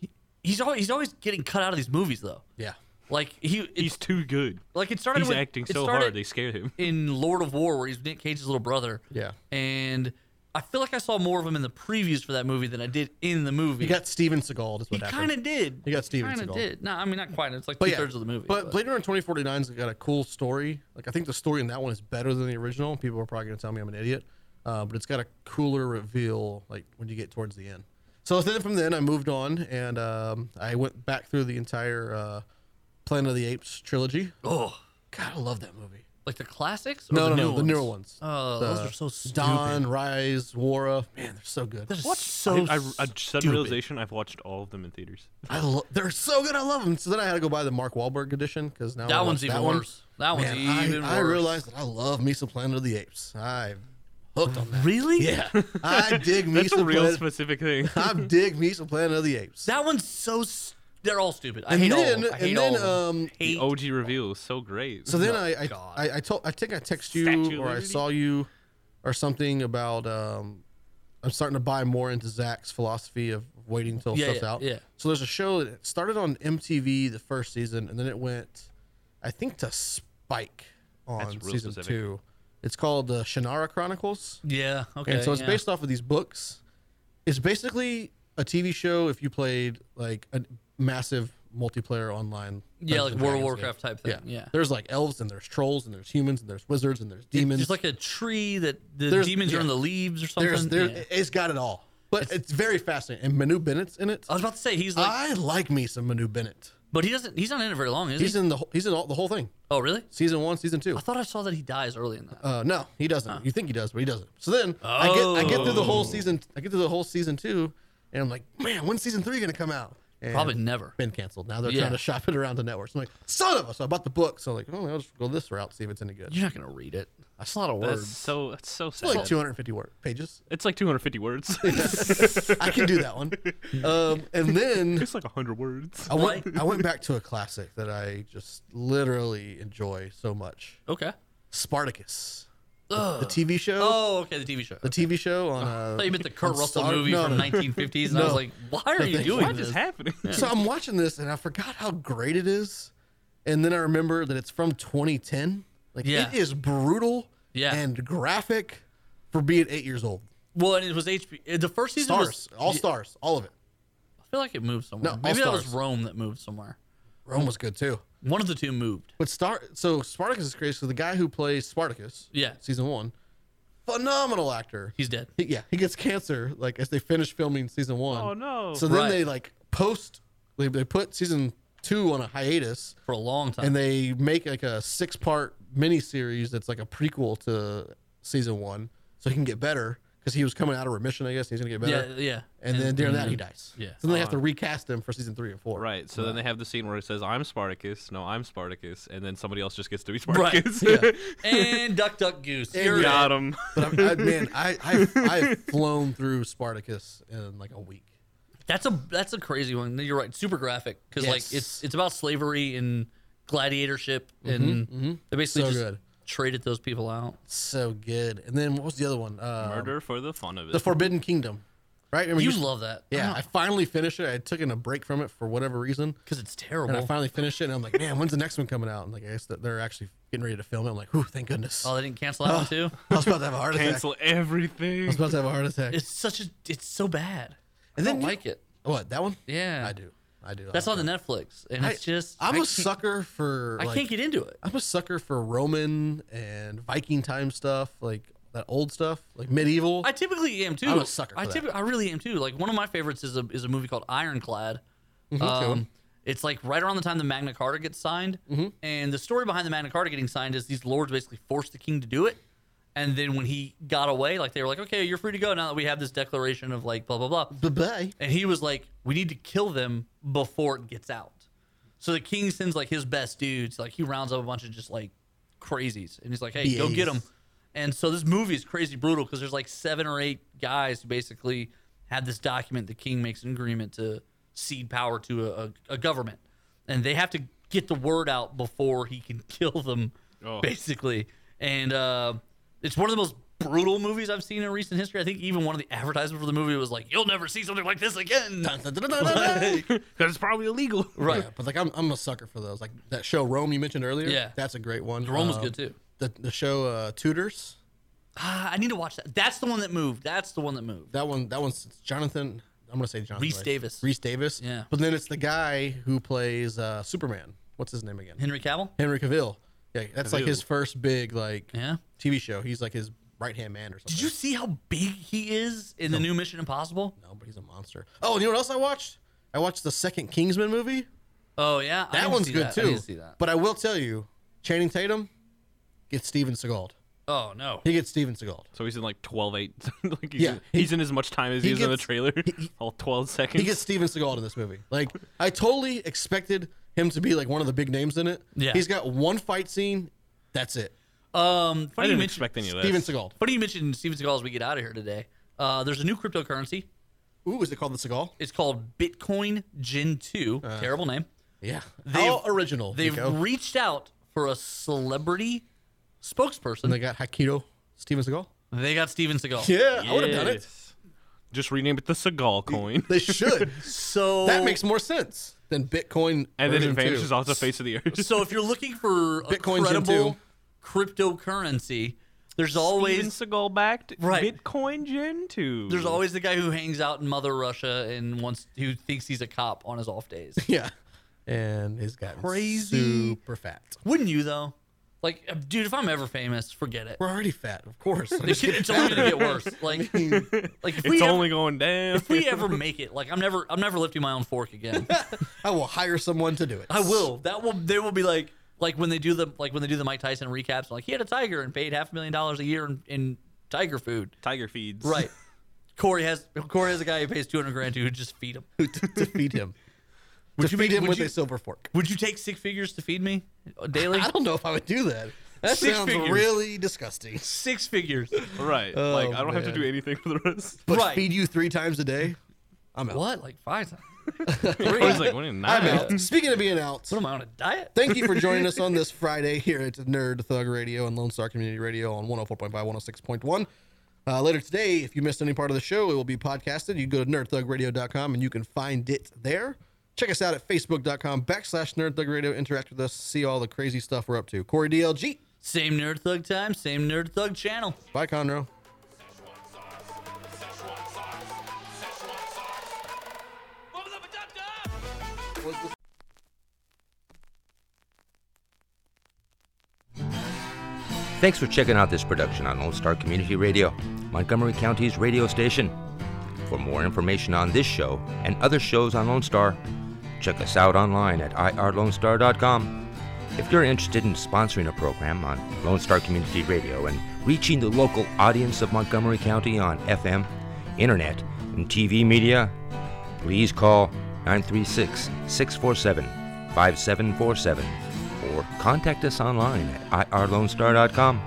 Speaker 2: he- he's always he's always getting cut out of these movies though.
Speaker 1: Yeah,
Speaker 2: Like he, it,
Speaker 3: He's too good.
Speaker 2: like it started.
Speaker 3: He's
Speaker 2: with,
Speaker 3: acting
Speaker 2: it
Speaker 3: so
Speaker 2: started-
Speaker 3: hard they scared him.
Speaker 2: in Lord of War, where he's Nick Cage's little brother.
Speaker 1: Yeah.
Speaker 2: And I feel like I saw more of him in the previews for that movie than I did in the movie.
Speaker 1: you got Steven Seagal. That's
Speaker 2: he
Speaker 1: what happened.
Speaker 2: kind of did.
Speaker 1: You got Steven
Speaker 2: Kind
Speaker 1: Seagal.
Speaker 2: of did. No, I mean not quite. It's like
Speaker 1: But
Speaker 2: two
Speaker 1: yeah,
Speaker 2: thirds of the movie.
Speaker 1: But, Blade Runner 2049's got a cool story. Like I think the story in that one is better than the original. People are probably gonna tell me I'm an idiot, uh, but it's got a cooler reveal. Like when you get towards the end. So then from then I moved on and um, I went back through the entire uh, Planet of the Apes trilogy.
Speaker 2: oh,
Speaker 1: God, I love that movie.
Speaker 2: like the classics? Or
Speaker 1: No, no,
Speaker 2: the new
Speaker 1: no,
Speaker 2: ones?
Speaker 1: the newer ones.
Speaker 2: Oh,
Speaker 1: The
Speaker 2: those are so stupid.
Speaker 1: Dawn, Rise, Wara. Man, they're [LAUGHS] so good.
Speaker 2: What? So
Speaker 3: I, I, a
Speaker 2: stupid.
Speaker 3: sudden realization: I've watched all of them in theaters.
Speaker 1: I lo- they're so good. I love them. So then I had to go buy the Mark Wahlberg edition because now I
Speaker 2: That
Speaker 1: watch
Speaker 2: one's even
Speaker 1: that one.
Speaker 2: worse. That one's
Speaker 1: Man, I-
Speaker 2: even
Speaker 1: I,
Speaker 2: worse.
Speaker 1: realized that I love Mesa Planet of the Apes.
Speaker 2: [LAUGHS]
Speaker 1: I'm hooked on that.
Speaker 2: Really?
Speaker 1: Yeah, I dig
Speaker 3: That's
Speaker 1: Mesa
Speaker 3: a real
Speaker 1: Planet.
Speaker 3: specific thing.
Speaker 1: [LAUGHS] I dig Mesa Planet of the Apes.
Speaker 2: [LAUGHS] That one's so. s they're all stupid. I
Speaker 1: And
Speaker 2: hate
Speaker 1: then-
Speaker 2: all. of them. I
Speaker 1: and
Speaker 2: hate
Speaker 1: then,
Speaker 2: all. of them.
Speaker 1: um,
Speaker 2: hate.
Speaker 3: OG reveal is so great.
Speaker 1: So then
Speaker 2: Oh,
Speaker 1: I, I,
Speaker 2: God.
Speaker 1: I I told I think I text you
Speaker 3: Statue of
Speaker 1: or I
Speaker 3: Liberty?
Speaker 1: saw you or something about um I'm starting to buy more into Zach's philosophy of waiting till
Speaker 2: Yeah,
Speaker 1: stuff's
Speaker 2: yeah,
Speaker 1: out.
Speaker 2: yeah.
Speaker 1: So there's a show that started on MTV the first season, and then it went, I think, to Spike on
Speaker 3: That's real
Speaker 1: season
Speaker 3: specific.
Speaker 1: two. It's called the Shannara Chronicles,
Speaker 2: Yeah. Okay.
Speaker 1: and so it's
Speaker 2: yeah.
Speaker 1: based off of these books. It's basically a TV show if you played like a massive multiplayer online.
Speaker 2: Yeah,
Speaker 1: Dungeons and
Speaker 2: like World of
Speaker 1: Dragons
Speaker 2: Warcraft
Speaker 1: game.
Speaker 2: type thing. Yeah.
Speaker 1: There's like elves and there's trolls and there's humans and there's wizards and there's demons.
Speaker 2: It's like a tree that the
Speaker 1: There's-
Speaker 2: demons are
Speaker 1: yeah.
Speaker 2: in the leaves or something.
Speaker 1: There's there,
Speaker 2: Yeah.
Speaker 1: it's got it all. But it's, very fascinating. And Manu Bennett's in it.
Speaker 2: I was about to say he's like,
Speaker 1: I like me some Manu Bennett.
Speaker 2: but he doesn't. He's not in it very long, is
Speaker 1: He's
Speaker 2: he?
Speaker 1: in the whole- he's in all, the whole thing.
Speaker 2: oh, really?
Speaker 1: Season one, season two.
Speaker 2: I thought I saw that he dies early in that.
Speaker 1: Uh, no, he doesn't. You think he does, but he doesn't. So then I get I get through the
Speaker 2: Oh.
Speaker 1: whole season. I get through the whole season two, and I'm like, man, when's season three gonna come out? And
Speaker 2: Probably never.
Speaker 1: been canceled. Now they're
Speaker 2: Yeah.
Speaker 1: trying to shop it around the networks. I'm like, son of a. So I bought the book. So I'm like, oh, I'll just go this route, see if it's any good.
Speaker 2: You're not gonna read it. That's a lot of
Speaker 3: That's
Speaker 2: words.
Speaker 3: so that's so sad.
Speaker 1: It's like 250 word
Speaker 2: [LAUGHS]
Speaker 1: pages.
Speaker 3: It's like 250 words. [LAUGHS]
Speaker 1: I can do that one. Um, and then
Speaker 3: it's like 100
Speaker 1: [LAUGHS]
Speaker 3: words.
Speaker 1: I went, I went back to a classic that I just literally enjoy so much.
Speaker 2: Okay.
Speaker 1: Spartacus, the, the TV show,
Speaker 2: Oh, okay. The TV show.
Speaker 1: the TV show on.
Speaker 2: [LAUGHS] I
Speaker 1: Uh,
Speaker 2: thought you meant the Kurt
Speaker 1: on
Speaker 2: Russell
Speaker 1: Star-
Speaker 2: movie
Speaker 1: no,
Speaker 2: from
Speaker 1: no, no.
Speaker 2: 1950s, and I was
Speaker 1: No.
Speaker 2: like, "Why are
Speaker 1: thank
Speaker 2: you
Speaker 1: you.
Speaker 2: doing
Speaker 3: What
Speaker 2: this?"
Speaker 3: is happening? [LAUGHS]
Speaker 1: So I'm watching this and I forgot how great it is, and then I remember that it's from 2010. Like
Speaker 2: Yeah.
Speaker 1: it is brutal
Speaker 2: Yeah.
Speaker 1: and graphic for being eight years old.
Speaker 2: Well, and it was HP. The first season
Speaker 1: Stars,
Speaker 2: was.
Speaker 1: all stars, all of it.
Speaker 2: I feel like it moved
Speaker 1: No,
Speaker 2: somewhere.
Speaker 1: all
Speaker 2: Maybe that was
Speaker 1: stars.
Speaker 2: Rome that moved somewhere.
Speaker 1: Rome was good too.
Speaker 2: One of the two moved.
Speaker 1: But Star so Spartacus is crazy. So the guy who plays Spartacus,
Speaker 2: Yeah.
Speaker 1: season one, phenomenal actor.
Speaker 2: He's dead.
Speaker 1: He- yeah, he gets cancer like as they finish filming season one.
Speaker 3: Oh, no.
Speaker 1: So then
Speaker 2: Right.
Speaker 1: they like post they, they put season two on a hiatus
Speaker 2: for a long time.
Speaker 1: and they make like a six part mini series that's like a prequel to season one so he can get better because he was coming out of remission I guess he's gonna get better.
Speaker 2: yeah, yeah.
Speaker 1: And, then during that he dies.
Speaker 2: yeah.
Speaker 1: So then they have to recast him for season three and four.
Speaker 3: Right. So then they have the scene where it says, "I'm Spartacus." No, I'm Spartacus, and then somebody else just gets to be
Speaker 2: Right,
Speaker 1: [LAUGHS]
Speaker 3: Spartacus.
Speaker 2: and Duck Duck Goose. You're
Speaker 1: yeah.
Speaker 3: [LAUGHS]
Speaker 1: [LAUGHS]
Speaker 3: Got him.
Speaker 1: But I'm, I, man, I I've, I've [LAUGHS] flown through Spartacus in like a week.
Speaker 2: That's a that's a crazy one. You're right. Super graphic because
Speaker 1: Yes. Mm-hmm,
Speaker 2: like it's it's about slavery and gladiatorship and they basically
Speaker 1: So
Speaker 2: just
Speaker 1: good.
Speaker 2: traded those people out.
Speaker 1: So good. And then what was the other one? Uh,
Speaker 3: Murder for the fun of it.
Speaker 1: The Forbidden Kingdom. Right? Remember
Speaker 2: You
Speaker 1: s-
Speaker 2: love that,
Speaker 1: Yeah, I finally finished it. I took in a break from it for whatever reason,
Speaker 2: Because it's
Speaker 1: and I
Speaker 2: terrible.
Speaker 1: finally finished it. And I'm like, man, when's the next one coming out? And like, I guess that they're actually getting ready to film it. I'm like, whew, thank goodness.
Speaker 2: oh, they didn't cancel that one too.
Speaker 1: [LAUGHS] I was about to have a heart attack.
Speaker 3: Cancel
Speaker 1: I
Speaker 3: [LAUGHS] everything.
Speaker 1: was about to have a heart attack.
Speaker 2: It's such a it's so bad.
Speaker 1: And
Speaker 2: I
Speaker 1: then
Speaker 2: don't
Speaker 1: you-
Speaker 2: like it.
Speaker 1: what that one?
Speaker 2: Yeah.
Speaker 1: I do. I do.
Speaker 2: That's
Speaker 1: I,
Speaker 2: on the Netflix, and
Speaker 1: I-
Speaker 2: it's just
Speaker 1: I'm
Speaker 2: I
Speaker 1: am a
Speaker 2: can't-
Speaker 1: sucker for.
Speaker 2: I
Speaker 1: like,
Speaker 2: can't get into it.
Speaker 1: I'm a sucker for Roman and Viking time stuff, like that old stuff, like medieval.
Speaker 2: I typically am too.
Speaker 1: I'm a sucker for
Speaker 2: I
Speaker 1: that.
Speaker 2: typically, I really am too. Like one of my favorites is a is a movie called Ironclad.
Speaker 1: Mm-hmm.
Speaker 2: Um, it's like right around the time the Magna Carta gets signed,
Speaker 1: Mm-hmm.
Speaker 2: and the story behind the Magna Carta getting signed is these lords basically forced the king to do it, and then when he got away, like they were like, okay, you're free to go now that we have this declaration of like blah blah blah,
Speaker 1: bye bye.
Speaker 2: and he was like, we need to kill them before it gets out. So the king sends like his best dudes, like he rounds up a bunch of just like crazies, and he's like, hey, go
Speaker 1: BAs.
Speaker 2: get them. And so this movie is crazy brutal because there's like seven or eight guys who basically have this document. The king makes an agreement to cede power to a, a, a government, and they have to get the word out before he can [LAUGHS] kill them, basically. And uh, it's one of the most brutal movies I've seen in recent history. I think even one of the advertisements for the movie was like, "You'll never see something like
Speaker 1: [LAUGHS]
Speaker 2: this again."
Speaker 3: Because it's probably illegal.
Speaker 2: right.
Speaker 1: Yeah, but like I'm, I'm a sucker for those. Like that show Rome you mentioned earlier.
Speaker 2: Yeah.
Speaker 1: that's a great one.
Speaker 2: Rome was
Speaker 1: Um,
Speaker 2: good too.
Speaker 1: The, the show uh, Tudors.
Speaker 2: Ah, I need to watch that. That's the one that moved. That's the one that moved.
Speaker 1: That one. That one's Jonathan. I'm gonna say Jonathan.
Speaker 2: Rhys
Speaker 1: right?
Speaker 2: Davis.
Speaker 1: Reese Davis.
Speaker 2: Yeah.
Speaker 1: But then it's the guy who plays uh, Superman. What's his name again?
Speaker 2: Henry Cavill.
Speaker 1: Henry Cavill. Yeah, that's like his first big like
Speaker 2: Yeah.
Speaker 1: TV show. He's like his right hand man or something.
Speaker 2: Did you see how big he is in the new Mission Impossible?
Speaker 1: No, but he's a monster. Oh, and you know what else I watched? I watched the second Kingsman movie.
Speaker 2: Oh yeah,
Speaker 1: That
Speaker 2: I didn't
Speaker 1: one's
Speaker 2: see
Speaker 1: good
Speaker 2: that.
Speaker 1: too.
Speaker 2: I didn't see that.
Speaker 1: But I will tell you, Channing Tatum gets Steven Seagal.
Speaker 2: Oh no,
Speaker 1: He gets Steven Seagal.
Speaker 3: So he's in like 12 8. [LAUGHS] like he's,
Speaker 1: Yeah,
Speaker 3: in,
Speaker 1: he-
Speaker 3: he's in as much time as he,
Speaker 1: he
Speaker 3: is in the
Speaker 1: gets-
Speaker 3: trailer. [LAUGHS] All 12 seconds.
Speaker 1: He gets Steven Seagal in this movie. Like I totally expected him to be like one of the big names in it.
Speaker 2: Yeah.
Speaker 1: He's got one fight scene. That's it.
Speaker 2: um,
Speaker 3: I
Speaker 2: funny you
Speaker 3: didn't
Speaker 2: mention
Speaker 3: expect any of that.
Speaker 1: Steven Seagal.
Speaker 2: funny you mentioned Steven Seagal as we get out of here today. Uh, there's a new cryptocurrency.
Speaker 1: Ooh, is it called the Seagal?
Speaker 2: It's called Bitcoin Gen Two.
Speaker 1: Uh.
Speaker 2: Terrible name.
Speaker 1: Yeah. How original.
Speaker 2: They've
Speaker 1: Nico.
Speaker 2: reached out for a celebrity spokesperson.
Speaker 1: and they got Hakito Steven Seagal.
Speaker 2: They got Steven Seagal.
Speaker 1: Yeah,
Speaker 3: Yes.
Speaker 1: I would have done it.
Speaker 3: Just rename it the
Speaker 1: [LAUGHS]
Speaker 3: Seagal coin,
Speaker 1: They should.
Speaker 2: So
Speaker 1: that makes more sense than Bitcoin.
Speaker 3: and then it
Speaker 1: version two.
Speaker 3: vanishes off the face of the earth.
Speaker 2: So if you're looking for a
Speaker 1: Bitcoin Gen
Speaker 2: credible
Speaker 1: two.
Speaker 2: cryptocurrency, there's always
Speaker 3: Steven Seagal backed
Speaker 2: Right.
Speaker 3: Bitcoin Gen 2.
Speaker 2: there's always the guy who hangs out in Mother Russia and wants who thinks he's a cop on his off days.
Speaker 1: [LAUGHS] Yeah. And he's gotten
Speaker 2: Crazy.
Speaker 1: super fat.
Speaker 2: Wouldn't you though? Like, uh, dude, if I'm ever famous, forget it.
Speaker 1: We're already fat, of course. I'm just
Speaker 2: It's,
Speaker 1: kidding.
Speaker 2: it's only gonna get worse. Like, like if we
Speaker 3: it's
Speaker 2: ever,
Speaker 3: only going down.
Speaker 2: if we ever make it, like I'm never I'm never lifting my own fork again.
Speaker 1: [LAUGHS] I will hire someone to do it. [LAUGHS]
Speaker 2: I will. That will. They will be like like when they do the like when they do the Mike Tyson recaps. Like he had a tiger and paid half a million dollars a year in, in tiger food.
Speaker 3: Tiger feeds.
Speaker 2: Right. [LAUGHS] Corey has Corey has a guy who pays two hundred grand to just feed him.
Speaker 1: to feed him.
Speaker 2: Would
Speaker 1: to
Speaker 2: you
Speaker 1: feed
Speaker 2: be-
Speaker 1: him
Speaker 2: would
Speaker 1: with
Speaker 2: you-
Speaker 1: a silver fork.
Speaker 2: Would you take six figures to feed me [LAUGHS] daily?
Speaker 1: [LAUGHS] I don't know if I would do that. That
Speaker 2: Six
Speaker 1: sounds
Speaker 2: figures.
Speaker 1: really disgusting.
Speaker 2: Six figures.
Speaker 3: [LAUGHS] Right.
Speaker 2: Oh,
Speaker 3: like, I don't have to
Speaker 1: man.
Speaker 3: do anything for the rest.
Speaker 1: But
Speaker 2: Right.
Speaker 1: feed you three times a day? I'm out.
Speaker 2: what? Like five? [LAUGHS]
Speaker 3: Corey's like, what in
Speaker 1: I'm
Speaker 3: nine?
Speaker 1: out. [LAUGHS] Speaking of being out,
Speaker 2: What am I on a diet?
Speaker 1: thank you for joining us on this Friday here at Nerd Thug Radio and Lone Star Community Radio on 104.5, 106.1. Uh, later today, if you missed any part of the show, it will be podcasted. You go to nerdthugradio.com and you can find it there. Check us out at facebook.com backslash nerdthugradio. Interact with us, see all the crazy stuff we're up to. Corey DLG.
Speaker 2: Same nerd thug time. Same nerd thug channel.
Speaker 1: Bye, Conroe.
Speaker 5: Szechuan sauce. Szechuan sauce.
Speaker 8: Thanks for checking out this production on Lone Star Community Radio, Montgomery County's radio station. For more information on this show and other shows on Lone Star, check us out online at irlonestar.com. If you're interested in sponsoring a program on Lone Star Community Radio and reaching the local audience of Montgomery County on FM, internet, and TV media, please call 936 647 5747 or contact us online at irlonestar.com.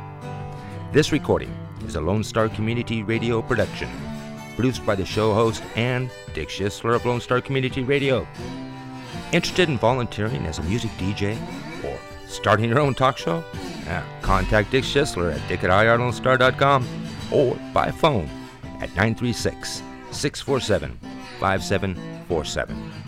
Speaker 8: This recording is a Lone Star Community Radio production, produced by the show host and Dick Schisler of Lone Star Community Radio. Interested in volunteering as a music DJ or starting your own talk show? Yeah, contact Dick Schisler at dick at irlonestar.com or by phone at 936 647 5747.